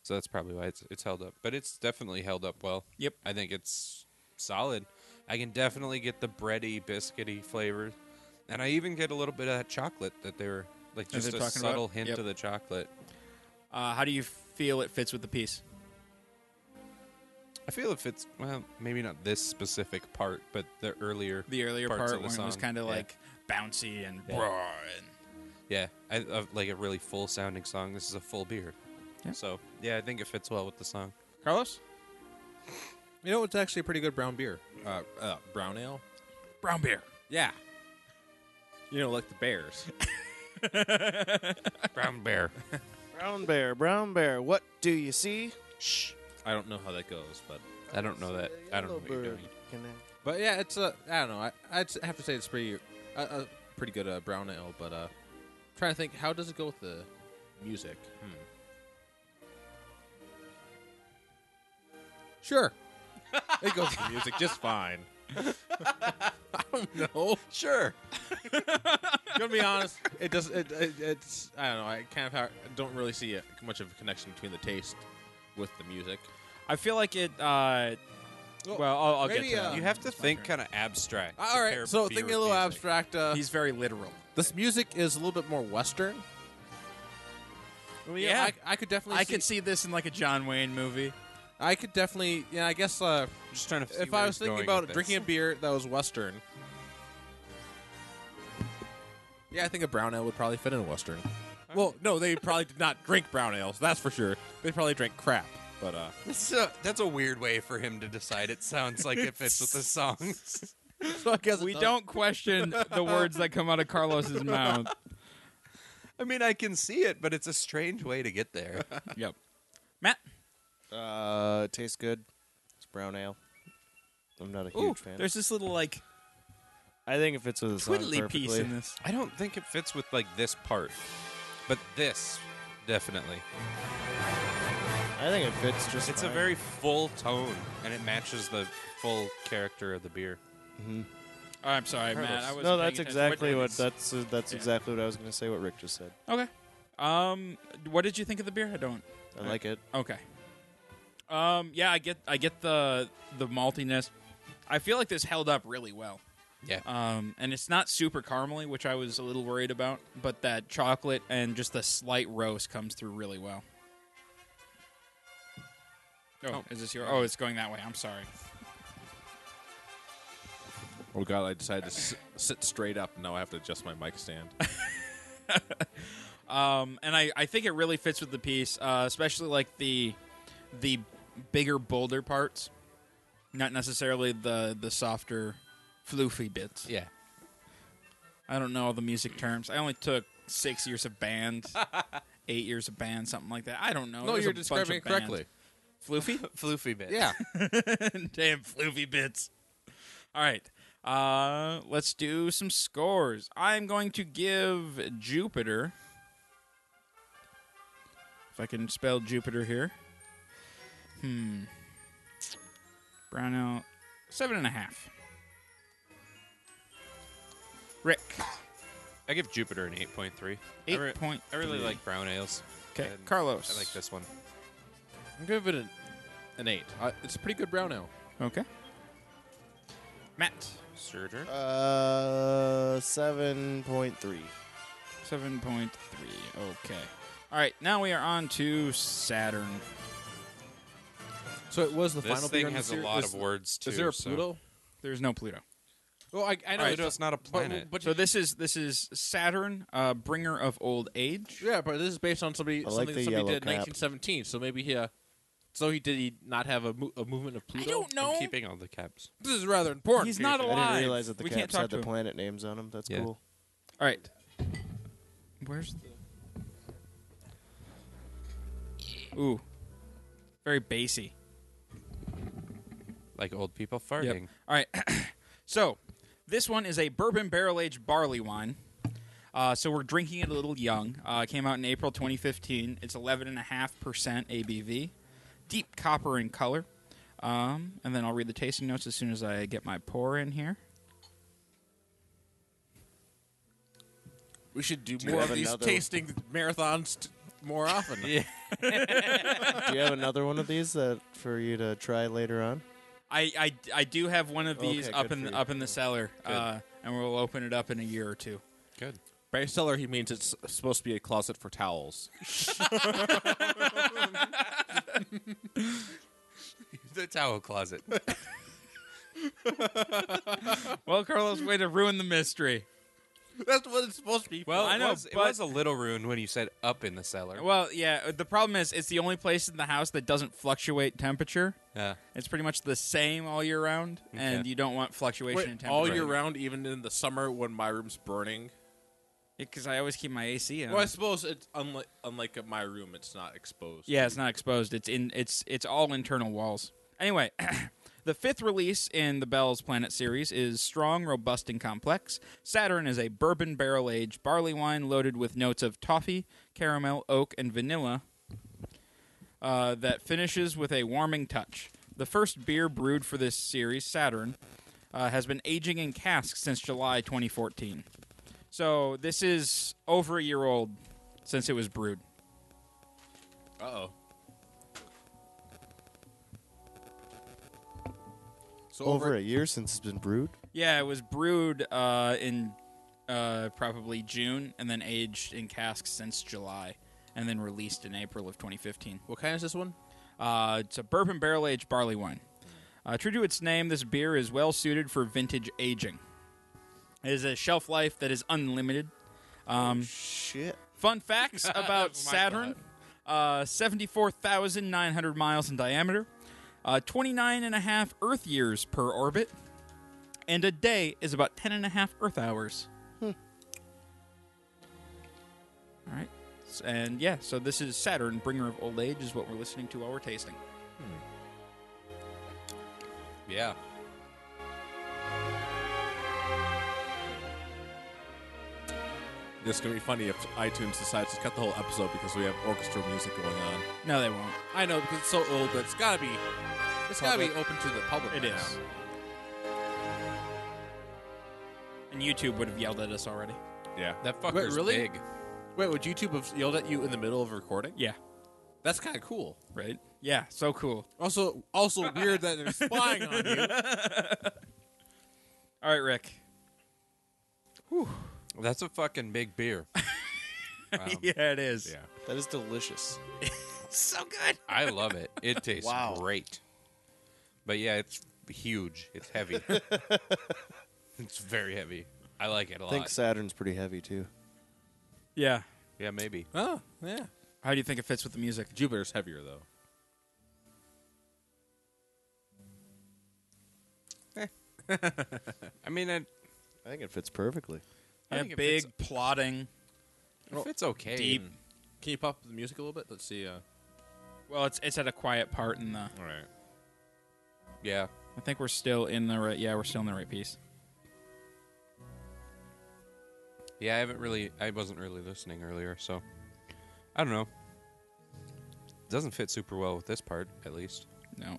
E: So that's probably why it's it's held up. But it's definitely held up well.
B: Yep.
E: I think it's solid. I can definitely get the bready, biscuity flavor. And I even get a little bit of that chocolate that they were like
B: That
E: just
B: they're
E: a
B: talking about?
E: subtle hint
B: Yep.
E: of the chocolate.
B: Uh, how do you feel it fits with the piece?
E: I feel it fits well, maybe not this specific part, but the earlier
B: The earlier
E: parts
B: part
E: of the
B: when it was
E: song.
B: kind of
E: Yeah.
B: like bouncy and
E: Yeah.
B: raw and
E: Yeah, I, I like a really full sounding song. This is a full beer.
B: Yeah.
E: So yeah, I think it fits well with the song.
B: Carlos.
C: You know, it's actually a pretty good brown beer. Uh, uh, brown ale.
B: Brown beer.
C: Yeah. You know, like the (laughs) Bears.
E: Brown bear.
B: (laughs)
D: Brown bear, brown bear, what do you see?
E: Shh.
C: I don't know how that goes, but
E: I don't know that. I don't know what you're doing.
C: but yeah, it's a I don't know. I I'd s- have to say it's pretty a, a pretty good uh, brown ale, but uh, trying to think how does it go with the music? Hmm. Sure, it goes with the music just fine. (laughs) I don't know. (laughs)
E: Sure.
C: gonna be honest, it does. It, it, it's I don't know. I kind of ha- don't really see a, much of a connection between the taste with the music.
B: I feel like it. Uh, well, I'll, I'll get
C: maybe,
B: to that.
C: uh,
E: You have to think kind of abstract. to
C: All right,
E: pair
C: so
E: beer
C: thinking a
E: with
C: little
E: music.
C: abstract. Uh,
B: He's very literal.
C: this music is a little bit more western. Well,
B: Yeah.
C: I, I could definitely.
B: I could see this in like a John Wayne movie.
C: I could definitely. Yeah, I guess uh,
E: Just trying to. see
C: if
E: where
C: I
E: he's
C: was thinking
E: going
C: about
E: with this.
C: drinking a beer that was western. Yeah, I think a brown ale would probably fit in a western. Well, no, they probably did not drink brown ales. That's for sure. They probably drank crap. But uh, (laughs)
E: This is a- that's a weird way for him to decide. It sounds like it fits with (laughs) the song.
C: so I guess it
B: We (laughs)
C: does-
B: don't question the words that come out of (laughs) Carlos's mouth.
E: I mean, I can see it, but it's a strange way to get there.
B: Yep. Matt,
D: Uh, it tastes good. It's brown ale. I'm not a huge
B: ooh,
D: fan.
B: there's this little like
D: I think it fits with the song
B: twiddly piece
D: perfectly.
B: in this.
E: I don't think it fits with like this part, but this definitely.
D: I think it fits just.
E: It's a
D: fine.
E: very full tone, and it matches the full character of the beer.
B: Oh, I'm sorry, Matt. I wasn't
D: No,
B: paying
D: that's
B: attention.
D: exactly what.
B: is-
D: That's uh, that's
B: Yeah.
D: exactly what I was going to say. What Rick just said.
B: Okay. Um, what did you think of the beer? I don't.
D: I like it.
B: Okay. Um, yeah, I get, I get the the maltiness. I feel like this held up really well.
E: Yeah.
B: Um, and it's not super caramely, which I was a little worried about, but that chocolate and just the slight roast comes through really well. Oh, is this your? Oh, it's going that way. I'm sorry.
C: Oh god, I decided to s- sit straight up. and Now I have to adjust my mic stand.
B: Oh, Um, and I, I think it really fits with the piece, uh, especially like the the bigger bolder parts, not necessarily the the softer, floofy bits.
E: Yeah.
B: I don't know all the music terms. I only took six years of
C: (laughs)
B: band, eight years of band, something like that. I don't know.
C: no,
B: There's
C: you're
B: a bunch
C: describing it
B: of band.
C: correctly.
B: (laughs) Floofy?
E: Floofy
B: (laughs)
E: bit.
C: Yeah,
B: Damn floofy bits. All right. Uh, let's do some scores. I'm going to give Jupiter. If I can spell Jupiter here. Hmm. Brown out. Seven and a half. Rick.
E: I give Jupiter an 8.3. I,
B: Eight
E: re-
B: point.
E: I really like brown ales.
B: Okay.
E: And
B: Carlos.
E: I like this one.
C: I'm giving it an, an eight. Uh, it's a pretty good brown ale.
B: Okay. Matt.
E: Surger.
D: Uh, seven point three.
B: 7.3. Okay. All right. Now we are on to Saturn.
C: So it was the
E: This
C: final
E: thing
C: beer in the
E: has a
C: series-
E: lot
C: is-
E: of words too.
C: Is there a
E: so-
C: Pluto?
B: There's no Pluto.
C: Well, I, I know
E: Alright,
C: it's
E: Pluto's not a planet.
C: But, but
B: So this is this is Saturn, uh, bringer of old age.
C: yeah, but this is based on somebody
D: I like
C: something
D: the
C: that somebody
D: yellow
C: did in
D: cap.
C: 1917. So maybe he. Uh, so he did he not have a, mo- a movement of Pluto?
E: I'm keeping all the caps.
C: This is rather important.
B: He's not
C: A,
D: I
B: Alive.
D: didn't realize that the
B: We can't
D: caps
B: talk
D: had
B: to
D: the
B: him.
D: planet names on them. That's
E: Yeah.
D: (laughs) cool.
B: All right. Where's the? Ooh, very bassy.
E: Like old people
B: Yep.
E: farting.
B: All right. (clears throat) so, this one is a bourbon barrel aged barley wine. Uh, so we're drinking it a little young. Uh, it came out in April 2015. It's 11.5% ABV, deep copper in color. Um, and then I'll read the tasting notes as soon as I get my pour in here.
C: we should do,
D: you
C: more
D: have
C: of these
D: another-
C: tasting marathons t- more often. (laughs) yeah.
D: Do you have another one of these that for you to try later on?
B: I, I, I do have one of these
D: Okay,
B: up
D: good
B: in
D: for
B: the,
D: you.
B: up in the cellar, uh, and we'll open it up in a year or two.
E: Good. (laughs)
C: By cellar, he means it's supposed to be a closet for towels.
E: The towel closet.
B: Well, Carlos, way to ruin the mystery.
C: (laughs) That's what it's supposed to be.
E: Well,
B: I know,
E: it was, it
B: but-
E: was a little ruined when you said up in the cellar.
B: Well, yeah. The problem is, it's the only place in the house that doesn't fluctuate temperature.
E: Yeah.
B: It's pretty much the same all year round, and
E: Okay.
B: you don't want fluctuation in
C: Wait,
B: temperature.
C: all year round, even in the summer when my room's burning. Uh-huh.
B: because I always keep my AC on.
C: Well, I suppose it's unlike unlike at my room, it's not exposed.
B: Yeah, it's not exposed. It's in it's it's all internal walls. Anyway, (clears throat) the fifth release in the Bell's Planet series is strong, robust, and complex. Saturn is a bourbon barrel aged barley wine loaded with notes of toffee, caramel, oak, and vanilla uh, that finishes with a warming touch. The first beer brewed for this series, Saturn, uh, has been aging in casks since July 2014. So this is over a year old since it was brewed.
C: Uh oh. So
D: Over,
C: over,
D: a year since it's been brewed.
B: Yeah, it was brewed uh, in uh, probably June and then aged in casks since July and then released in April of 2015.
C: what kind is this one?
B: Uh, it's a bourbon barrel aged barley wine. Uh, true to its name, this beer is well suited for vintage aging. It is a shelf life that is unlimited. Um,
D: Shit.
B: Fun facts about
E: My
B: Saturn uh, 74,900 miles in diameter, uh, 29 and a half Earth years per orbit, and a day is about 10 and a half Earth hours. All right. S- And yeah, so this is Saturn, bringer of old age, is what we're listening to while we're tasting.
E: Yeah.
C: This is gonna be funny if iTunes decides to cut the whole episode because we have orchestra music going on.
B: No, they won't.
C: I know because it's so old, but it's gotta be. It's gotta be
E: Public.
C: open to the public.
B: It
C: by
B: is.
C: now.
B: And YouTube would have yelled at us already.
C: Yeah.
E: That
C: Wait,
E: fucker's
C: really?
E: big.
C: Wait, would YouTube have yelled at you in the middle of a recording?
B: Yeah.
C: That's kind of cool.
B: Right? Yeah, so cool.
C: Also, also weird that they're spying on (laughs) you.
B: All right, Rick. (laughs)
E: That's a fucking big beer. Um,
B: yeah, it is.
C: yeah.
D: That is delicious.
B: So good.
E: I love it. It tastes
D: Wow.
E: great. But yeah, it's huge. It's heavy. it's very heavy. I like it a
D: I
E: lot.
D: think Saturn's pretty heavy too.
B: Yeah.
E: Yeah, maybe.
C: Oh, yeah.
B: How do you think it fits with the music?
C: Jupiter's heavier though.
E: I mean, it,
D: I think it fits perfectly.
E: I
B: Yeah,
E: think it
B: big,
E: fits-
B: plodding.
E: if it's okay.
B: Deep.
C: Can you pop the music a little bit? Let's see. Uh,
B: Well, it's it's at a quiet part in the.
C: all right.
E: Yeah.
B: I think we're still in the right. Yeah, we're still in the right piece.
E: Yeah, I haven't really. I wasn't really listening earlier, so I don't know. doesn't fit super well with this part, at least.
B: No.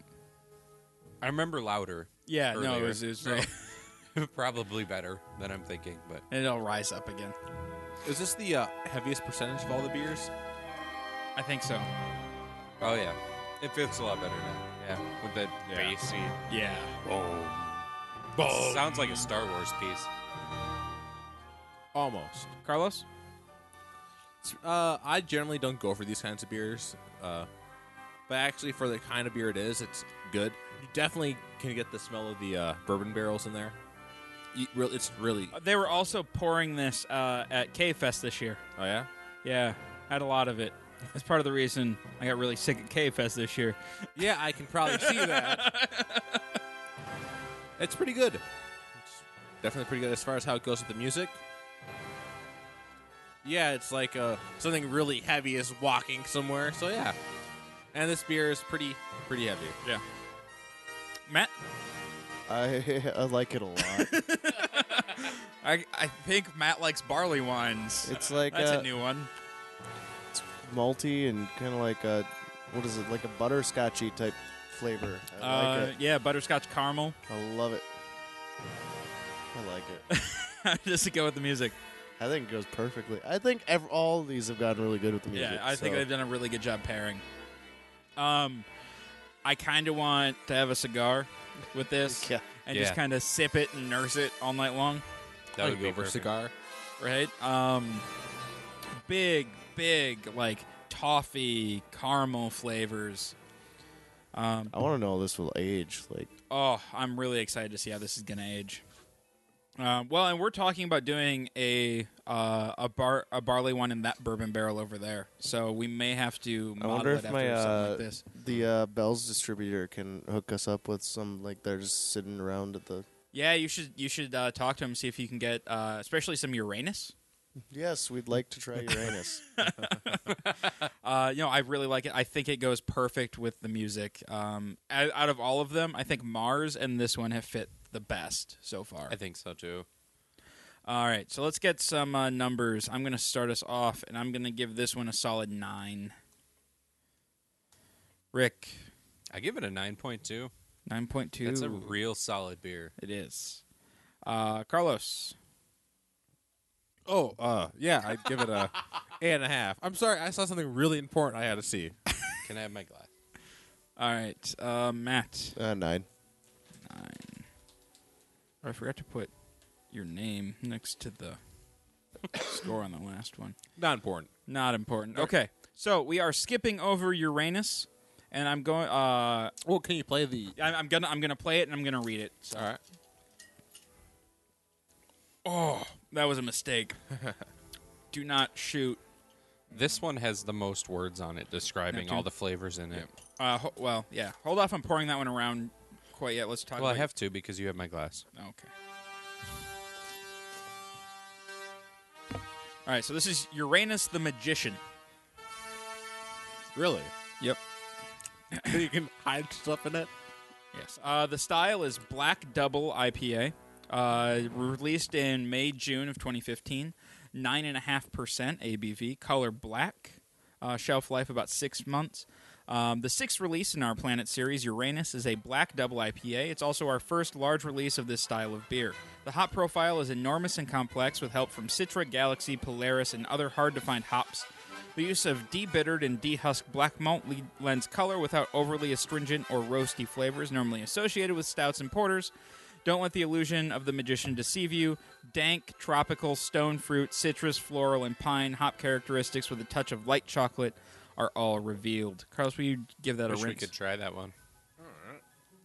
E: I remember louder,
B: Yeah, no, it
E: Earlier.
B: was, it was uh,
E: So- (laughs) probably better than I'm thinking, but
B: and it'll rise up again.
C: Is this the uh, heaviest percentage of all the beers?
B: I think so.
E: oh yeah, it fits a lot better now. Yeah, with that
C: Yeah.
E: bassy.
B: Yeah.
E: Sounds like a Star Wars piece.
C: Almost.
B: Carlos.
C: Uh, I generally don't go for these kinds of beers, uh, but actually, for the kind of beer it is, it's good. You definitely can get the smell of the uh, bourbon barrels in there. You, real- it's really.
B: Uh, They were also pouring this uh, at K Fest this year.
C: Oh yeah.
B: Yeah, had a lot of it. That's part of the reason I got really sick at K Fest this year.
C: Yeah, I can probably see
E: (laughs)
C: that. It's pretty good. It's definitely pretty good as far as how it goes with the music. Yeah, it's like uh, something really heavy is walking somewhere. So yeah, and this beer is pretty pretty heavy.
B: Yeah. Matt,
D: I, (laughs) I like it a lot.
B: (laughs) I I think Matt likes barley wines.
D: It's like
B: That's
D: uh,
B: a new one.
D: malty and kind of like a what is it? Like a butterscotchy type flavor. I
B: Uh,
D: like it.
B: yeah, butterscotch caramel. (laughs)
D: I love it. I like it.
B: How does it go with the music?
D: I think it goes perfectly. I think ev- all of these have gotten really good with the music.
B: Yeah, I think
D: so-
B: they've done a really good job pairing. Um, I kind of want to have a cigar with this
D: (laughs) Yeah.
B: and
E: Yeah.
B: just kind of sip it and nurse it all night long,
E: That would
C: Like
E: Oh, be
C: over a
E: perfect.
C: cigar.
B: right? Um, big, big like toffee caramel flavors. Um,
D: I want to know how this will age. Like
B: oh, I'm really excited to see how this is gonna age. Um, well, and we're talking about doing a uh, a bar a barley one in that bourbon barrel over there, so we may have to
D: I
B: model
D: wonder
B: it
D: if
B: after
D: my
B: something
D: uh,
B: like this.
D: the uh, Bell's distributor can hook us up with some like they're just sitting around at the
B: Yeah, you should you should uh, talk to him see if you can get uh, especially some Uranus
D: Yes, we'd like to try Uranus.
B: Uh, you know, I really like it. I think it goes perfect with the music. Um, out, out of all of them, I think Mars and this one have fit the best so far.
E: I think so too.
B: All right, so let's get some uh, numbers. I'm going to start us off, and I'm going to give this one a solid nine. Rick,
E: I give it a nine point two.
B: nine point two.
E: That's a real solid beer.
B: it is. Uh, Carlos,
C: Oh, uh, yeah, I'd give it (laughs) a eight and a half. I'm sorry, I saw something really important I had to see.
E: Can I have my glass?
B: all right. Uh, Matt,
D: uh, nine.
B: nine. Oh, I forgot to put your name next to the (coughs) score on the last one.
C: Not important.
B: Not important. Okay, so we are skipping over Uranus, and I'm going. Uh,
C: Well, can you play the?
B: I- I'm gonna I'm gonna play it and I'm gonna read it. So.
C: All right.
B: Oh, That was a
C: (laughs)
B: mistake. Do not shoot.
E: This one has the most words on it describing
B: Neptune?
E: all the flavors in it.
B: Uh, ho- well, yeah. Hold off on pouring that one around quite yet. Let's talk.
E: Well, I
B: about Oh,
E: have to because you have my glass.
B: Okay. All right. So this is Uranus the magician.
C: Really?
B: Yep.
C: (laughs) you can hide stuff in it.
B: Yes. Uh, the style is Black Double IPA. Uh, released in May June of 2015. Nine and a half percent ABV. Color black. Uh, shelf life about six months. Um, the sixth release in our Planet series, Uranus, is a black double IPA. It's also our first large release of this style of beer. The hop profile is enormous and complex with help from Citra, Galaxy, Polaris, and other hard to find hops. The use of debittered and dehusked black malt le- lends color without overly astringent or roasty flavors normally associated with stouts and porters. Don't let the illusion of the magician deceive you. Dank, tropical, stone fruit, citrus, floral, and pine hop characteristics with a touch of light chocolate are all revealed. Carlos, will you give that
E: I wish
B: a
E: we
B: rinse?
E: could try that one.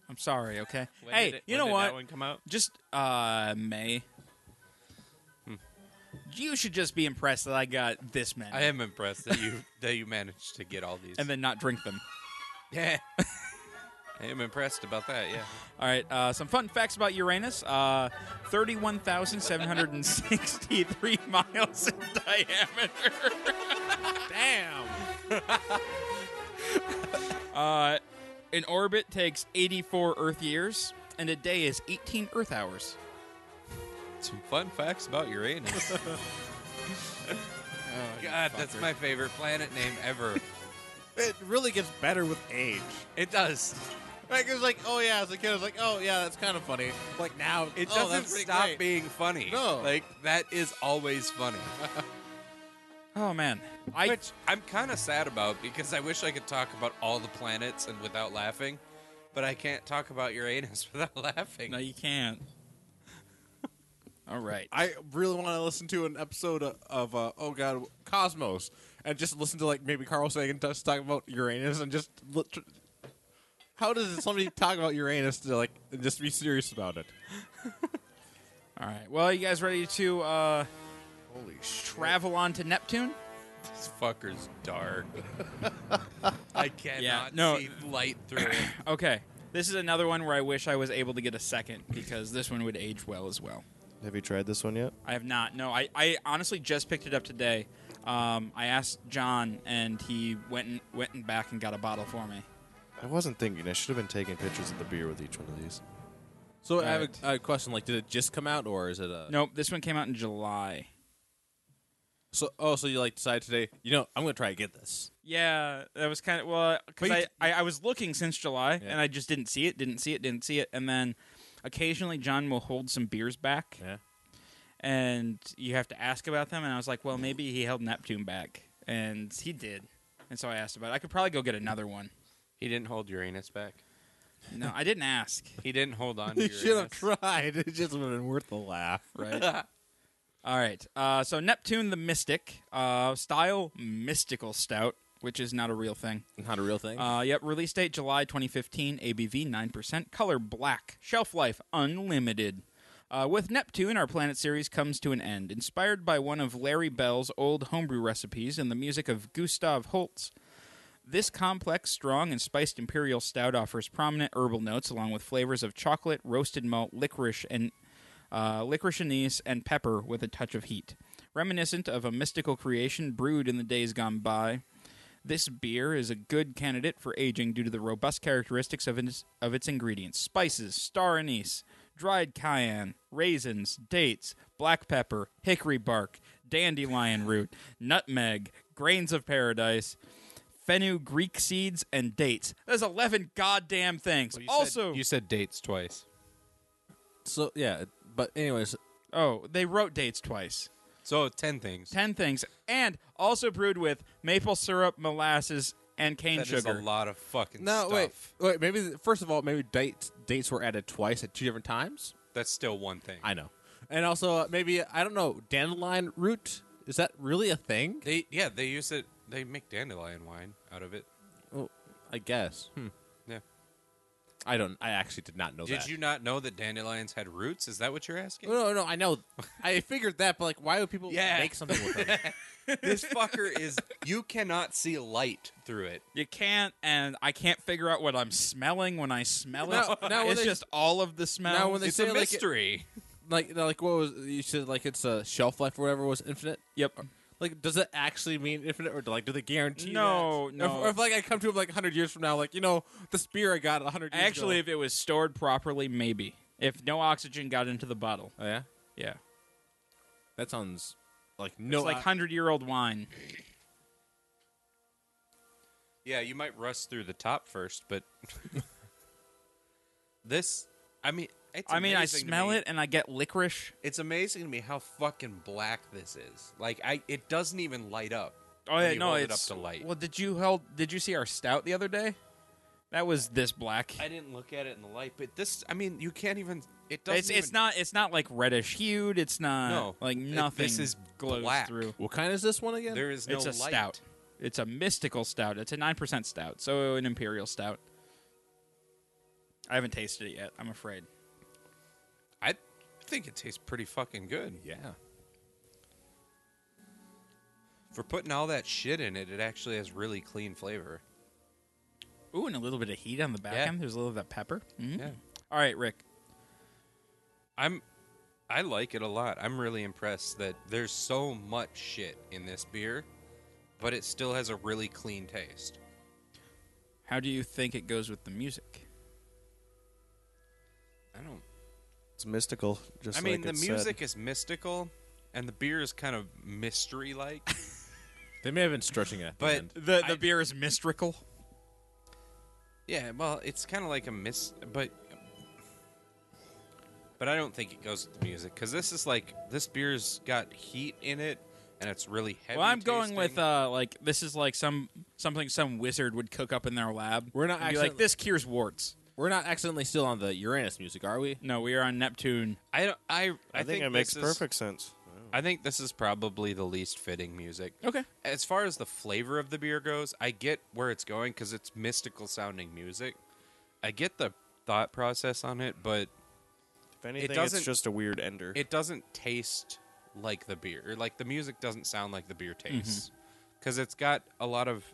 B: I'm sorry, okay?
E: When
B: hey,
E: did it-
B: you
E: when
B: know
E: did
B: what?
E: That one come out.
B: Just uh May.
E: Hmm.
B: You should just be impressed that I got this many.
E: I am impressed that you (laughs) that you managed to get all these.
B: and then not drink them.
E: yeah, I am impressed about that. Yeah,
B: All right, uh, some fun facts about Uranus. Uh, 31,763 (laughs) miles in diameter. Damn. (laughs) uh, an orbit takes 84 Earth years, and a day is 18 Earth hours.
E: some fun facts about Uranus. (laughs) Oh, God, that's my favorite planet name ever.
C: It really gets better with age.
E: it does.
C: Like it was like, oh yeah, as a kid, I was like, oh yeah, that's kind of funny. Like now,
E: It
C: oh,
E: doesn't
C: that's pretty
E: stop
C: great.
E: being funny.
C: No.
E: like that is always funny.
B: Oh, man. I,
E: Which I'm kind of sad about because I wish I could talk about all the planets and without laughing, but I can't talk about Uranus (laughs) without laughing.
B: No, you can't. (laughs) All right.
C: I really want to listen to an episode of, of uh, oh god, Cosmos, and just listen to like maybe Carl Sagan does talk about Uranus, and just lit- how does (laughs) somebody talk about Uranus to like and just be serious about it?
B: All right. Well, you guys ready to uh,
D: Holy
B: travel on to Neptune?
E: This fucker's dark. I cannot
B: no.
E: see light through it.
B: Okay. This is another one where I wish I was able to get a second because this one would age well as well.
D: Have you tried this one yet?
B: I have not. No, I, I honestly just picked it up today. Um, I asked John, and he went and, went and back and got a bottle for me.
D: I wasn't thinking. I should have been taking pictures of the beer with each one of these.
C: So I have
B: Alright.
C: a, a question: like, did it just come out, or is it a
B: Nope, this one came out in July.
C: So oh, so you like decide today? You know, I'm gonna try to get this.
B: Yeah, that was kind of well because
C: But
B: I,
C: you-
B: I I was looking since July
C: Yeah.
B: and I just didn't see it, didn't see it, didn't see it, and then occasionally John will hold some beers back
C: Yeah.
B: and you have to ask about them, and I was like, well, maybe he held Neptune back, and he did, and so I asked about it. I could probably go get another one.
E: He didn't hold Uranus back.
B: No, I didn't ask.
E: He didn't hold
C: (laughs)
E: on to
C: You
E: Uranus.
C: should have tried. (laughs) It just would have been worth the laugh.
B: right? All right. Uh, so Neptune the Mystic, uh, style mystical stout, which is not a real thing.
C: Not a real thing.
B: Uh, yep. Release date July 2015. ABV 9%. Color black. Shelf life unlimited. Uh, with Neptune, our planet series comes to an end. Inspired by one of Larry Bell's old homebrew recipes and the music of Gustav Holst, this complex, strong, and spiced imperial stout offers prominent herbal notes along with flavors of chocolate, roasted malt, licorice, and uh, licorice anise, and pepper with a touch of heat. reminiscent of a mystical creation brewed in the days gone by. This beer is a good candidate for aging due to the robust characteristics of its, of its ingredients spices, star anise, dried cayenne, raisins, dates, black pepper, hickory bark, dandelion root, nutmeg, grains of paradise, fenugreek seeds, and dates. That's 11 goddamn things.
E: You said-
B: also,
E: you said dates twice.
C: So yeah, but anyways,
B: oh, they wrote dates twice.
E: So ten things.
B: 10 things. And also brewed with maple syrup, molasses, and cane
E: That is
B: sugar.
E: a lot of fucking
C: no
E: stuff.
C: wait, wait. Maybe first of all, maybe dates dates were added twice at two different times.
E: That's still one thing.
C: I know, and also uh, maybe I don't know dandelion root. Is that really a thing?
E: They yeah, they use it. They make dandelion wine out of it.
C: Well, I guess. Hmm.
E: Yeah.
C: I don't. I actually did not know
E: Did
C: that.
E: you not know that dandelions had roots? Is that what you're asking?
C: No, no, no, I know. (laughs) I figured that, but like, why would people
E: Yeah.
C: make something with (laughs) them?
E: this fucker is. You cannot see light through it.
B: You can't, and I can't figure out what I'm smelling when I smell it.
C: Now- now when
B: it's
C: they-
B: just all of the smell.
C: now when they
E: It's
C: say
E: a
C: like, it-
E: mystery.
C: like, like what was you said? Like it's a shelf life or whatever was infinite.
B: yep.
C: Like, does it actually mean infinite, or do, like do they guarantee?
B: No,
C: that?
B: no.
C: Or if, or if, like I come to him like hundred years from now, like you know, the spear I got hundred. years
B: Actually,
C: ago.
B: if it was stored properly, maybe. If no oxygen got into the bottle.
C: oh yeah,
B: Yeah.
C: that sounds like no.
B: it's
E: uh,
B: like
C: I-
B: 100 year old wine.
E: Yeah, you might rust through the top first, but (laughs) this. I mean, it's
B: I mean, I
E: amazing to
B: smell
E: me-
B: it and I get licorice.
E: It's amazing to me how fucking black this is. Like, I it doesn't even light up.
B: Oh
E: when
B: yeah,
E: you
B: no,
E: hold
B: it's
E: it up to light.
B: Well, did you held? Did you see our stout the other day? That was this black.
E: I didn't look at it in the light, but this. I mean, you can't even. It doesn't.
B: It's it's
E: even-
B: not it's not like reddish hued. It's not
E: No.
B: like
E: It-
B: nothing.
E: this is
B: glows
E: black.
B: through.
C: what kind is this one again?
E: There is no
B: it's a
E: light.
B: stout. It's a mystical stout. It's a nine percent stout, so an imperial stout. I haven't tasted it yet. I'm afraid.
E: I think it tastes pretty fucking good.
C: yeah,
E: For putting all that shit in it, it actually has really clean flavor.
B: Ooh, and a little bit of heat on the back
E: Yeah.
B: end. There's a little of that pepper. Mhm.
E: Yeah.
B: All right, Rick.
E: I'm I like it a lot. I'm really impressed that there's so much shit in this beer, but it still has a really clean taste.
B: How do you think it goes with the music?
E: I don't
D: It's mystical. Just
E: I mean
D: like it
E: the
D: said.
E: music is mystical and the beer is kind of mystery like,
C: they may have been stretching it. At the
E: but
C: end.
B: The the
E: I-
B: beer is mystical.
E: yeah, well, it's kind of like a mist but but I don't think it goes with the music cuz this is like this beer's got heat in it and it's really heavy.
B: Well, I'm going
E: tasting.
B: with uh, like this is like some something some wizard would cook up in their lab.
C: We're not
B: and be
C: actually-
B: like this cures warts.
C: we're not accidentally still on the Uranus music, are we?
B: No, we are on Neptune.
E: I don't, I I,
D: I, think, it
E: this
D: makes
E: is-
D: perfect sense.
E: I think this is probably the least fitting music.
B: Okay.
E: As far as the flavor of the beer goes, I get where it's going because it's mystical sounding music. I get the thought process on it, but
D: If anything,
E: doesn't-
D: it's just a weird ender.
E: it doesn't taste like the beer. Or, Like the music doesn't sound like the beer
B: Mm-hmm.
E: tastes because it's got a lot of,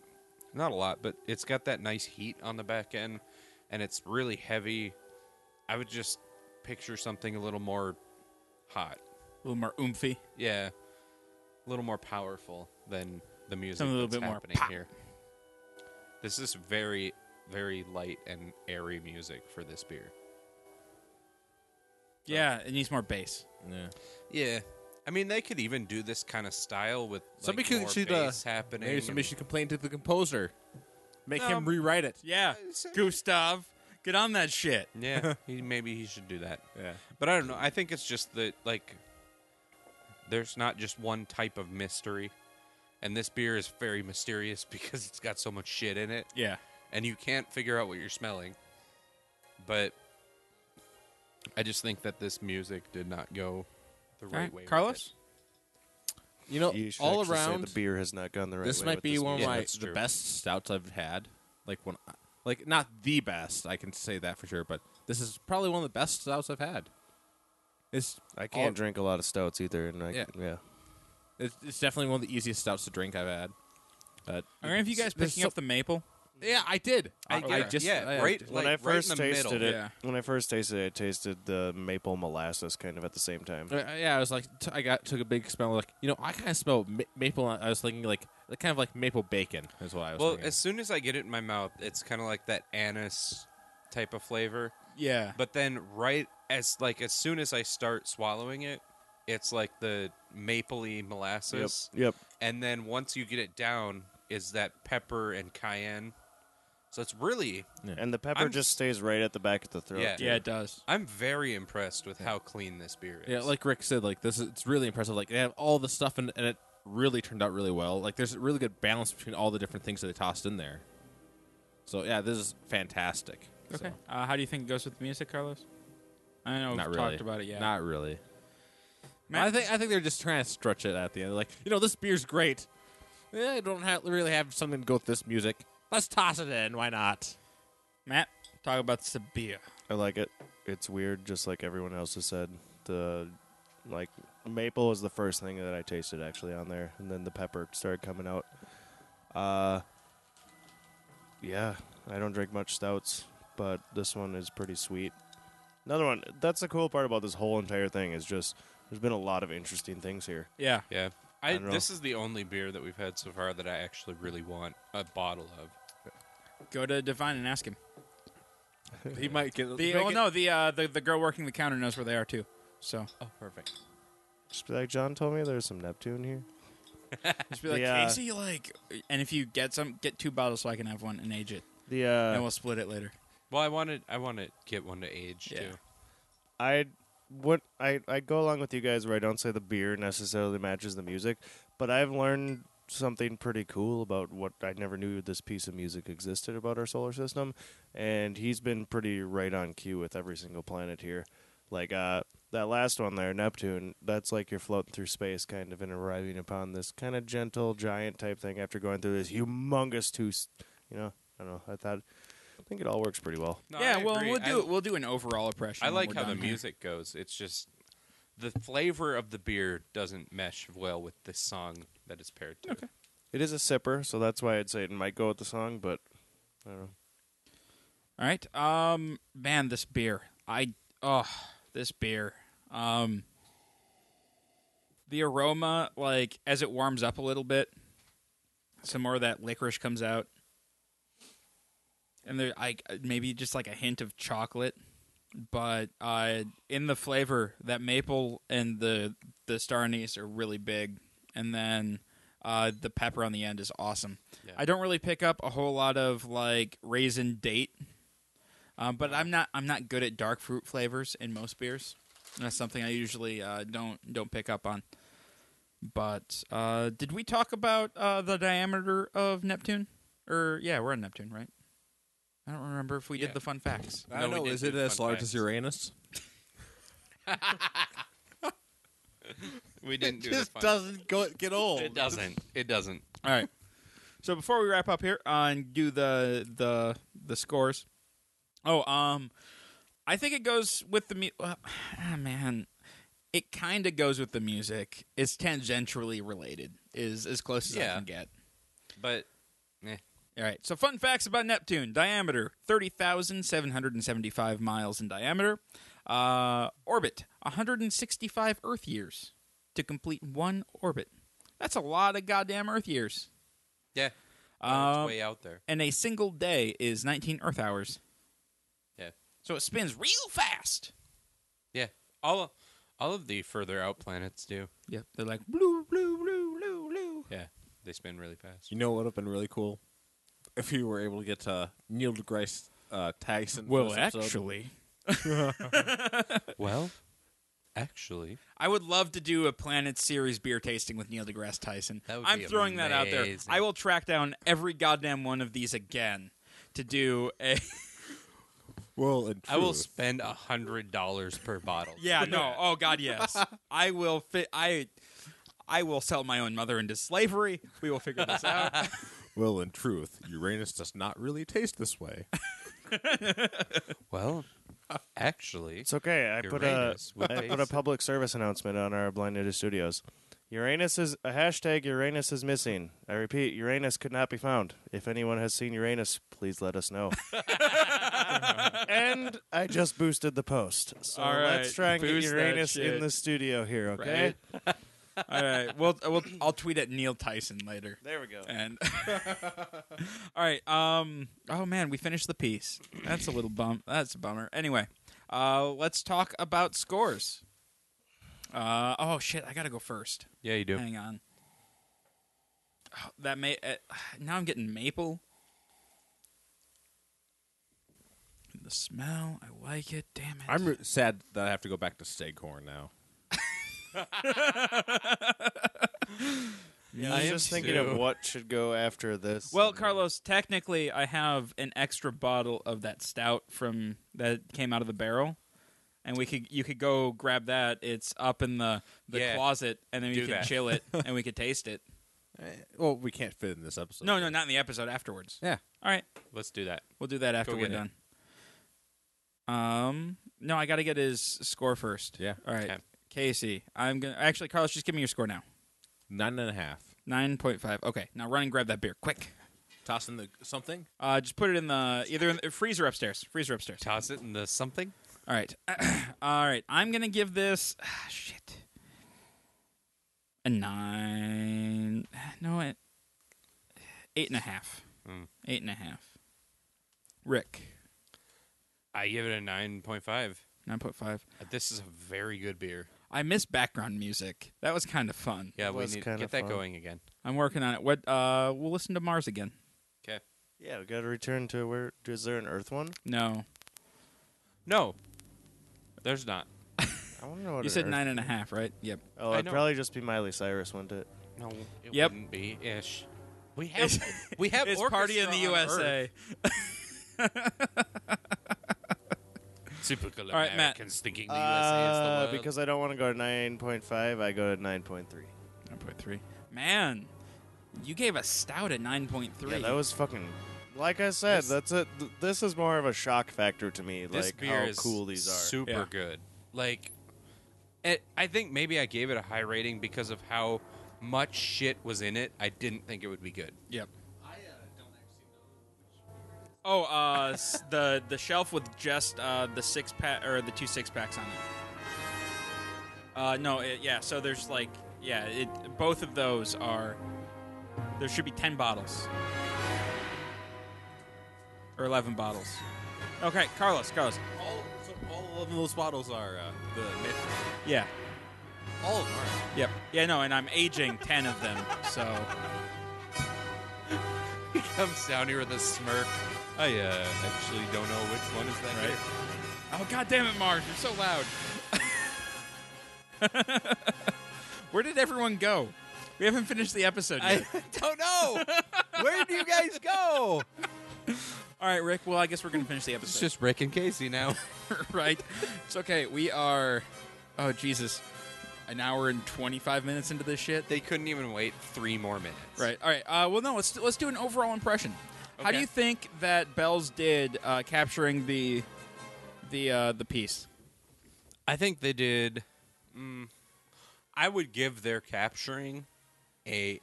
E: not a lot, but it's got that nice heat on the back end, and it's really heavy. I would just picture something a little more hot.
B: A little more oomphy.
E: Yeah, a little more powerful than the music
B: Something a little
E: that's
B: bit more
E: happening
B: pop.
E: here. This is very, very light and airy music for this beer.
B: Yeah, it needs more bass.
C: Yeah.
E: Yeah, I mean they could even do this kind of style with like,
C: Somebody
E: more
C: could should uh,
E: bass happening.
C: Maybe somebody
E: and-
C: should complain to the composer, make
E: No.
C: him rewrite it.
B: Yeah, Gustav, get on that shit.
E: (laughs)
C: (laughs)
E: Yeah, he, maybe he should do that.
C: Yeah.
E: But I don't know. I think it's just that like there's not just one type of mystery, and this beer is very mysterious (laughs) because it's got so much shit in it.
B: Yeah,
E: and you can't figure out what you're smelling. But I just think that this music did not go the right,
B: All right,
E: way. with
B: Carlos.
C: You know,
D: You should
C: all
D: actually say
C: around
D: the beer has not gone the right
C: this
D: way
C: might
D: with
C: be
D: this
C: one of
E: music.
D: music.
C: my
E: That's
C: the
E: true.
C: best stouts I've had. Like when, I- like not the best, I can say that for sure. But this is probably one of the best stouts I've had. It's
D: I can't
C: all-
D: drink a lot of stouts either, and I,
C: Yeah.
D: yeah.
C: It's, it's definitely one of the easiest stouts to drink I've had. Uh,
B: Are any of you guys
C: there's
B: picking
C: so-
B: up the maple?
C: Yeah, I did.
E: I,
C: I
E: yeah,
C: just-
E: yeah,
C: I-
E: right.
C: I-
E: Like
D: when I first
E: right in the
D: tasted
E: middle.
D: it,
B: Yeah.
D: when I first tasted it, I tasted the maple molasses kind of at the same time.
C: Uh, yeah, I was like, t- I got took a big smell. Like, you know, I kind of smell ma- maple. I was thinking like, kind of like maple bacon is what I was.
E: Well,
C: thinking.
E: as soon as I get it in my mouth, it's kind of like that anise type of flavor.
B: Yeah.
E: But then, right as like as soon as I start swallowing it, it's like the mapley
D: Yep.
E: molasses,
D: Yep.
E: and then once you get it down, is that pepper and cayenne. So it's really,
D: And the pepper
E: I'm-
D: just stays right at the back of the throat.
E: Yeah.
D: too.
B: yeah, it does.
E: I'm very impressed with how clean this beer is.
C: yeah, like Rick said, like this is it's really impressive. Like they have all the stuff and, and it really turned out really well. Like there's a really good balance between all the different things that they tossed in there. So yeah, this is fantastic.
B: Okay.
C: So,
B: Uh, how do you think it goes with the music, Carlos? I don't know we've
C: not really
B: talked about it yet.
C: Not really.
B: Matt-
C: I think I think they're just trying to stretch it at the end. Like you know, this beer's great. Yeah, I don't have, really have something to go with this music. Let's toss it in. Why not?
B: Matt, talk about the beer.
D: I like it. It's weird, just like everyone else has said. The like maple was the first thing that I tasted actually on there, and then the pepper started coming out. Uh, yeah, I don't drink much stouts, but this one is pretty sweet. Another one. That's the cool part about this whole entire thing is just there's been a lot of interesting things here.
B: Yeah.
E: yeah. I,
D: don't know.
E: this is the only beer that we've had so far that I actually really want a bottle of.
B: Go to Divine and ask him.
C: He might get
B: The oh no, the uh, the the girl working the counter knows where they are too. So
E: Oh, perfect.
D: Just be like John told me, there's some Neptune here.
B: just be like
D: The, uh,
B: Casey, like, and if you get some, get two bottles so I can have one and age it,
D: The uh,
B: and we'll split it later.
E: Well, I wanted I want to get one to age
B: Yeah.
E: too.
D: I what I I go along with you guys where I don't say the beer necessarily matches the music, but I've learned something pretty cool about what I never knew this piece of music existed about our solar system, and he's been pretty right on cue with every single planet here. Like uh that last one there, Neptune, that's like you're floating through space kind of and arriving upon this kind of gentle giant type thing after going through this humongous two, s- you know, I don't know. I thought I think it all works pretty well.
E: No,
B: yeah,
E: I
B: well,
E: agree.
B: we'll
E: I-
B: do we'll do an overall impression.
E: I
B: when
E: like
B: we're
E: how the
B: done here.
E: music goes. It's just the flavor of the beer doesn't mesh well with the song that it's paired to. Okay.
D: It is a sipper, so that's why I'd say it might go with the song, but I don't know.
B: All right, um, man, this beer, I oh, this beer, um, the aroma, like as it warms up a little bit, some more of that licorice comes out, and there, I maybe just like a hint of chocolate, but uh, in the flavor, that maple and the the star anise are really big, and then uh, the pepper on the end is awesome.
E: Yeah.
B: I don't really pick up a whole lot of like raisin date, um, but I'm not I'm not good at dark fruit flavors in most beers. That's something I usually uh, don't don't pick up on. But uh, did we talk about uh, the diameter of Neptune? Or yeah, we're on Neptune, right? I don't remember if we
E: Yeah.
B: did the fun facts.
C: I
E: No,
C: don't
E: we
C: know.
E: did
C: Is it
E: do
C: as
E: fun
C: large
E: facts.
C: as Uranus?
E: We didn't do the fun-
C: doesn't go, get old.
E: It doesn't. It doesn't.
B: All right. So before we wrap up here uh, and do the the the scores, oh um, I think it goes with the mu- uh, ah, man. It kind of goes with the music. It's tangentially related. Is as close as I
E: Yeah.
B: can get.
E: But eh,
B: All right. So, fun facts about Neptune: diameter thirty thousand seven hundred and seventy-five miles in diameter. Uh, orbit one hundred and sixty-five Earth years to complete one orbit. That's a lot of goddamn Earth years.
E: yeah, Oh,
B: Um,
E: it's way out there.
B: and a single day is 19 Earth hours.
E: Yeah.
B: So it spins real fast.
E: Yeah, all all of the further out planets do.
B: Yep. They're like blue, blue, blue, blue, blue.
E: Yeah, they spin really
C: (laughs)
E: fast.
C: You know what would have been really cool? If you were able to get uh, Neil deGrasse uh, Tyson. for this episode.
E: well, actually,
B: I would love to do a Planet Series beer tasting with Neil deGrasse Tyson.
E: That would
B: I'm
E: be
B: throwing that out there.
E: amazing.
B: I will track down every goddamn one of these again to do a. (laughs)
C: Well, in
E: I will
C: truth,
E: spend a hundred dollars per bottle.
B: yeah, no. Oh God, (laughs) yes. I will fit. I. I will sell my own mother into slavery. We will figure this
E: (laughs)
B: out.
C: well, in truth, Uranus does not really taste
B: (laughs)
C: this way.
E: (laughs) Well, actually,
D: It's okay. I put a
E: Uranus would
D: I put a
E: taste it.
D: public service announcement on our Blinded Studios. Uranus is a hashtag. Uranus is missing. I repeat, Uranus could not be found. If anyone has seen Uranus, please let
B: (laughs)
D: us know. and I just boosted the post, so
B: All
D: let's
B: right,
D: try and get
B: boost that
D: Uranus
B: shit.
D: in the studio here. Okay,
B: Right? All right. Well, I will I'll tweet at Neil Tyson later.
D: there we go.
B: And (laughs) all right. Um. Oh man, we finished the piece. That's a little bum. That's a bummer. Anyway, uh, let's talk about scores. Uh. Oh shit. I gotta go first.
E: Yeah, you do.
B: Hang on. Oh, that may. Uh, now I'm getting maple. The smell. I like it. Damn it.
C: I'm re- sad that I have to go back to Steghorn now.
D: I
E: am
D: was just thinking
E: too.
D: of what should go after this.
B: Well, Carlos, technically, I have an extra bottle of that stout from that came out of the barrel, and we could you could go grab that. It's up in the the
E: Yeah.
B: closet, and then we
E: Do
B: could
E: that. (laughs)
B: chill it, and we could taste it.
C: Eh, Well, we can't fit in this episode.
B: No, no, not in the episode afterwards.
C: Yeah.
B: All right,
E: Let's do that.
B: we'll do that after
E: Go
B: we're
E: get
B: done. Um, no, I got to get his score first.
C: Yeah. Uh,
B: All right,
E: Okay.
B: Casey, I'm gonna actually, Carlos, just give me your score now.
C: Nine and a half.
B: Nine point five. Okay, now run and grab that beer quick.
C: Toss in the something.
B: Uh, just put it in the either in the freezer upstairs. Freezer upstairs.
E: Toss it in the something.
B: All right. (clears throat) All right. I'm going to give this ah, shit. A nine. No, it, eight and a half.
E: Mm.
B: Eight and a half. Rick,
E: I give it a nine point five. Uh,
B: 9.5.
E: This is a very good beer.
B: I miss background music. That was kind of fun.
E: Yeah,
D: It
E: we
D: was
E: need to
D: kinda
E: get that
D: fun.
E: going again.
B: I'm working on it. What? Uh, We'll listen to Mars again.
E: Okay.
D: yeah, we got to return to where is there an Earth one?
B: No.
E: No, there's not.
D: I want to know what
B: You
D: an
B: said
D: Earth-
B: nine and a half, right? Yep.
D: Oh,
E: I
D: it'd
E: know.
D: probably just be Miley Cyrus, wouldn't it?
E: No, it
B: Yep.
E: wouldn't be ish. We have we (laughs) have
B: It's
E: orchestra
B: Party in the
E: on Earth.
B: USA.
E: Typical
B: All right, Matt.
E: Americans thinking the USA is the
D: Uh,
E: world.
D: because I don't want to go to nine point five. I go to nine point three.
B: 9.3. Man, you gave a stout a 9.3.
D: Yeah, that was fucking. Like I said,
E: This-
D: that's it. Th- this is more of a shock factor to me.
E: this
D: like
E: beer
D: how
E: is
D: cool these are.
E: Super
B: Yeah.
E: good. Like, it, I think maybe I gave it a high rating because of how much shit was in it. I didn't think it would be good.
B: Yep.
F: I uh, don't actually know.
B: Oh, uh, s- (laughs) the the shelf with just uh, the six pack or the two six packs on it. Uh, no, it, yeah. So there's like, yeah, it, both of those are. There should be ten bottles, or eleven bottles. Okay, Carlos, Carlos.
C: All, so all of those bottles are uh, the myth.
B: Yeah,
C: All of them are.
B: yep, yeah. No, and I'm aging ten of them, so
E: He comes down here with a smirk. I uh, actually don't know which one is that.
B: right. Oh God damn it, Mars! You're so loud. (laughs) Where did everyone go? We haven't finished the episode yet.
E: beer. (laughs) I don't know. Where do you guys go?
B: All right, Rick. Well, I guess we're gonna finish the
E: It's
B: episode,
E: just Rick and Casey now.
B: right? It's okay. We are. Oh Jesus, an hour and twenty-five minutes into this shit.
E: (laughs) They couldn't even wait three more minutes.
B: Right. All right. Uh, well, no. Let's let's do an overall impression. How do
E: Okay.
B: you think that Bells did uh, capturing the the uh, the piece?
E: I think they did. Mm, I would give their capturing a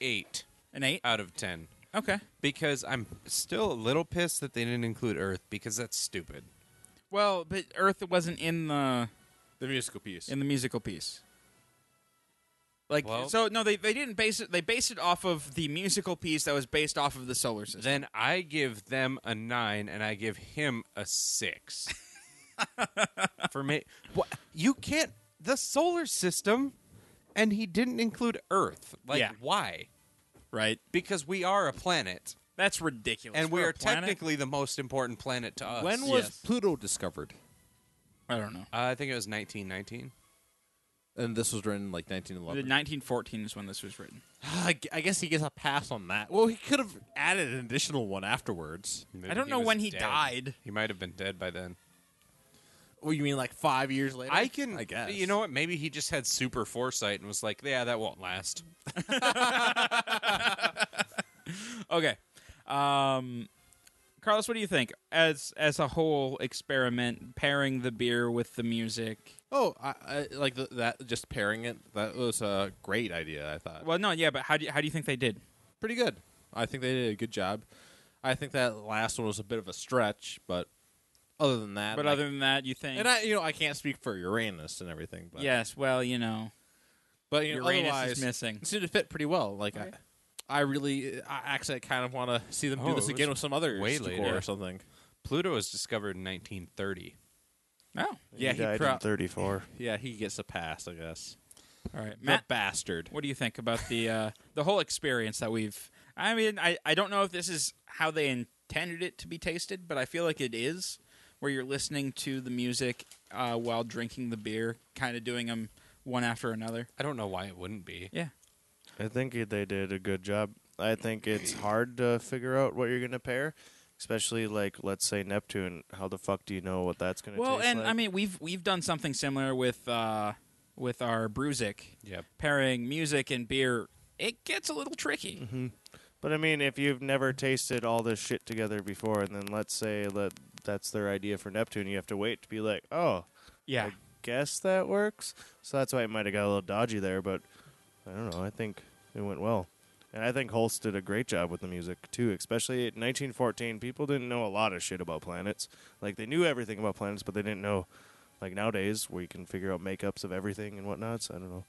E: eight
B: An eight.
E: out of ten.
B: okay.
E: because I'm still a little pissed that they didn't include Earth because that's stupid.
B: Well, but Earth wasn't in the
C: The musical piece.
B: in the musical piece. Like
E: Well-
B: so, no, they, they didn't base it. They based it off of the musical piece that was based off of the solar system.
E: Then I give them a nine and I give him
B: (laughs)
E: a six. For me, what you can't the solar system, and he didn't include Earth. Like
B: Yeah.
E: why?
B: right.
E: Because we are a planet,
B: That's ridiculous.
E: and we
B: We're
E: are
B: a planet?
E: technically the most important planet to us.
C: when was
B: Yes.
C: Pluto discovered?
B: I don't know.
E: uh, I think it was 1919.
C: And this was written like 1911.
B: 1914 is when this was written.
C: (sighs) I gu- I guess he gets a pass on that. Well, he could have added an additional one afterwards.
B: I don't know
E: was
B: when he
E: dead.
B: died.
E: He might have been dead by then.
C: Well, you mean like five years later?
E: I can.
C: I guess.
E: You know what? Maybe he just had super foresight and was like, "Yeah, that won't last."
B: Okay. Um, Carlos, what do you think as as a whole experiment pairing the beer with the music?
C: Oh, I, I like the, that. Just pairing it. That was a great idea. I thought.
B: Well, no, yeah, but how do you, how do you think they did?
C: pretty good. I think they did a good job. I think that last one was a bit of a stretch, but other than that,
B: But
C: like-
B: other than that, you think?
C: and I, you know, I can't speak for Uranus and everything, but
B: yes, well, you know,
C: but you know,
B: Uranus is
C: otherwise,
B: missing.
C: It seemed to fit pretty well. Like I, I really, I actually kind of want to see them
E: Oh,
C: do this
E: it
C: again
E: was
C: with some other
E: way
C: score
E: later.
C: or something.
E: Pluto was discovered in 1930.
B: oh,
C: Yeah,
D: he
C: he
D: died
C: pro-
D: in 34.
C: Yeah, he gets a pass, I guess.
B: all right,
C: That
B: Matt.
C: bastard.
B: What do you think about the uh, the whole experience that we've? I mean, I, I don't know if this is how they intended it to be tasted, but I feel like it is, where you're listening to the music uh, while drinking the beer, kind of doing them one after another.
E: I don't know why it wouldn't be.
B: Yeah,
D: I think it- they did a good job. I think it's hard to figure out what you're going to pair, especially like let's say Neptune. How the fuck do you know what that's going to
B: well,
D: taste
B: and
D: like?
B: I mean, we've we've done something similar with uh, with our Bruzik
E: Yep.
B: pairing music and beer. It gets a little tricky.
D: But I mean, if you've never tasted all this shit together before, and then let's say that that's their idea for Neptune, you have to wait to be like, oh,
B: Yeah,
D: I guess that works. So that's why it might have got a little dodgy there, but I don't know. I think it went well. And I think Holst did a great job with the music, too, especially in 1914. People didn't know a lot of shit about planets. Like, they knew everything about planets, but they didn't know, like, nowadays, where you can figure out makeups of everything and whatnot. So I don't know.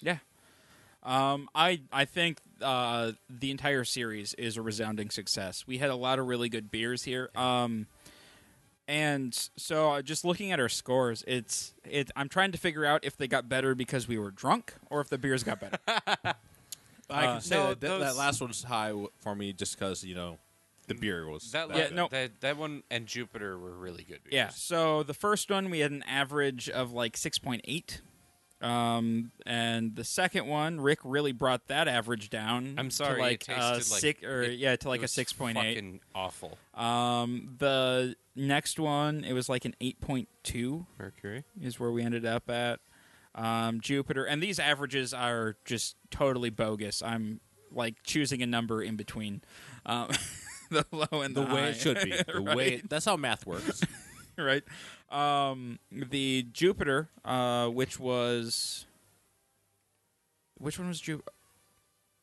B: yeah. Um, I I think uh, the entire series is a resounding success. We had a lot of really good beers here. Um, and so uh, just looking at our scores, it's it. I'm trying to figure out if they got better because we were drunk or if the beers got better.
C: I can say
E: Uh, no,
C: that, that, that
E: those- Mm,
C: last one's high w- for me just because you know the beer was
E: That,
B: Yeah,
E: yeah,
B: no.
E: that that one and Jupiter were really good. beers.
B: Yeah. So the first one we had an average of like six point eight. Um, and the second one, Rick really brought that average down.
E: I'm sorry.
B: to like,
E: it tasted
B: uh,
E: like
B: six or
E: it-
B: yeah, to like
E: it
B: a
E: was
B: six point eight.
E: Fucking awful.
B: Um, the next one, it was like an eight point two
E: Mercury.
B: is where we ended up at. Um, Jupiter, and these averages are just totally bogus. I'm like choosing a number in between, um, (laughs) the low and
C: the
B: the,
C: way
B: high.
C: it
E: (laughs)
C: should be. The way it, that's how math works.
B: (laughs) right? Um, the Jupiter, uh, which was, which one was Jupiter?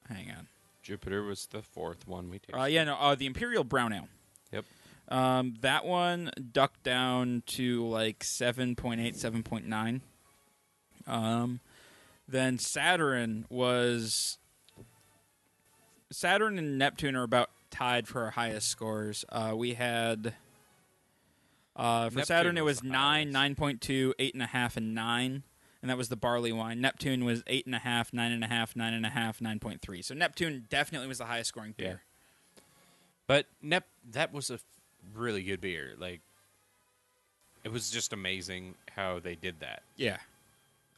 B: Hang on.
E: Jupiter was the fourth one we tasted.
B: Uh, yeah, no, uh, the Imperial Brown Ale.
E: Yep.
B: Um, that one ducked down to like 7.8, 7.9. Um, then Saturn was. Saturn and Neptune are about tied for our highest scores. Uh, we had. Uh, for
E: Neptune
B: Saturn, it
E: was
B: was
E: the
B: 9,
E: highest.
B: 9.2, 8.5, and 9. And that was the barley wine. Neptune was 8.5, 9.5, 9.5, 9.3. So Neptune definitely was the highest scoring beer.
E: Yeah. But Nep, that was a f- really good beer. Like, it was just amazing how they did that.
B: Yeah.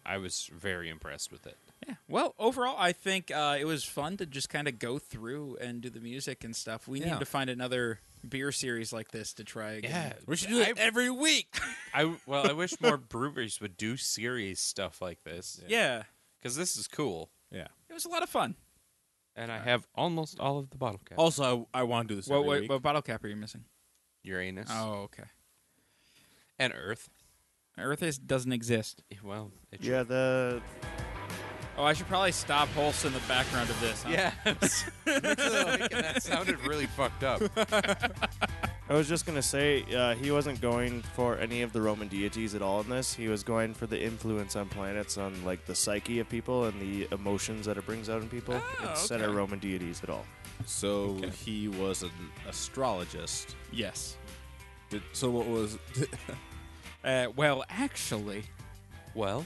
E: I was very impressed with it.
B: Yeah. Well, overall, I think uh, it was fun to just kind of go through and do the music and stuff. We
C: Yeah.
B: need to find another beer series like this to try again.
C: We should do it
E: I,
C: every week.
E: (laughs) I well, I wish more (laughs) breweries would do series stuff like this
B: Yeah.
E: because this is cool.
C: Yeah.
B: It was a lot of fun.
E: And I have almost all of the bottle caps.
B: Oh.
C: Also, I, I want to do this
B: What,
C: every
B: what,
C: week.
B: what bottle cap are you missing?
E: Uranus
B: Oh, okay.
E: and Earth.
B: Earth is, doesn't exist.
E: Well, it
D: Yeah, the
B: Oh, I should probably stop Holst in the background of this. Huh?
E: Yeah. (laughs) that sounded really fucked (laughs) up.
D: I was just gonna say uh, he wasn't going for any of the Roman deities at all in this. He was going for the influence on planets, on like the psyche of people and the emotions that it brings out in people,
B: Oh,
D: instead of
B: okay.
D: Roman deities at all.
C: So he was an astrologist.
B: Yes.
C: Did- So what was?
B: Uh, well, actually.
E: Well,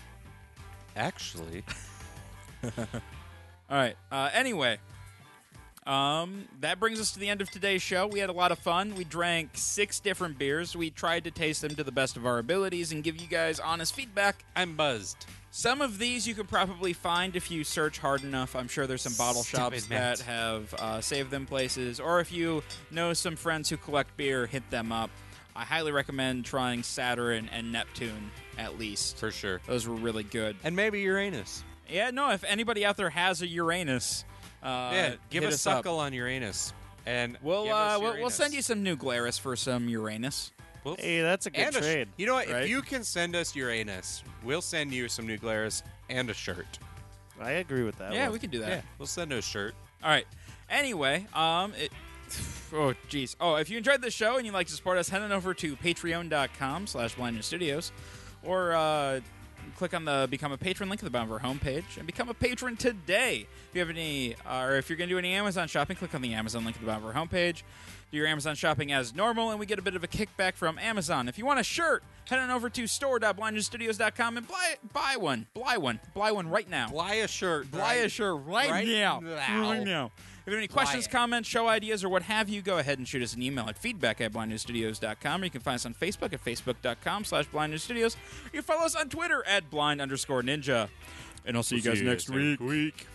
E: actually,
B: All right. Uh, anyway, um, that brings us to the end of today's show. We had a lot of fun. We drank six different beers. We tried to taste them to the best of our abilities and give you guys honest feedback.
E: I'm buzzed.
B: Some of these you can probably find if you search hard enough. I'm sure there's some bottle
E: Stupid
B: shops
E: Matt.
B: that have uh, saved them places, or if you know some friends who collect beer, hit them up. I highly recommend trying Saturn and Neptune at least.
E: For sure.
B: Those were really good.
E: And maybe Uranus.
B: Yeah, no, if anybody out there has a Uranus, uh,
E: yeah, give
B: hit
E: a
B: us up.
E: suckle on Uranus. And
B: We'll
E: give
B: uh,
E: us
B: we'll, we'll
E: Uranus.
B: send you some new Glarus for some Uranus.
E: We'll-
D: Hey, that's a good
E: and a sh-
D: trade.
E: you know what?
B: right?
E: If you can send us Uranus, we'll send you some new Glarus and a shirt.
D: I agree with that.
B: yeah,
D: one.
B: we can do that.
E: Yeah, we'll send you a shirt.
B: All right. Anyway, um, it, (sighs) oh jeez. Oh, if you enjoyed the show and you'd like to support us, head on over to patreon.com slash blinded studios or uh, click on the become a patron link at the bottom of our homepage and become a patron today. If you have any, uh, or if you're going to do any Amazon shopping, click on the Amazon link at the bottom of our homepage. Do your Amazon shopping as normal, and we get a bit of a kickback from Amazon. If you want a shirt, head on over to store.blindnewstudios.com and buy, buy one. Buy one. Buy one right now.
E: Buy a shirt.
B: Buy a
E: right?
B: shirt right,
E: Right
B: now.
E: now.
B: Right now. If you have any questions,
E: it.
B: comments, show ideas, or what have you, go ahead and shoot us an email at feedback at blindnewstudios.com. Or you can find us on Facebook at facebook.com slash blindnewstudios. You can follow us on Twitter at blind underscore ninja. And I'll see you guys next week.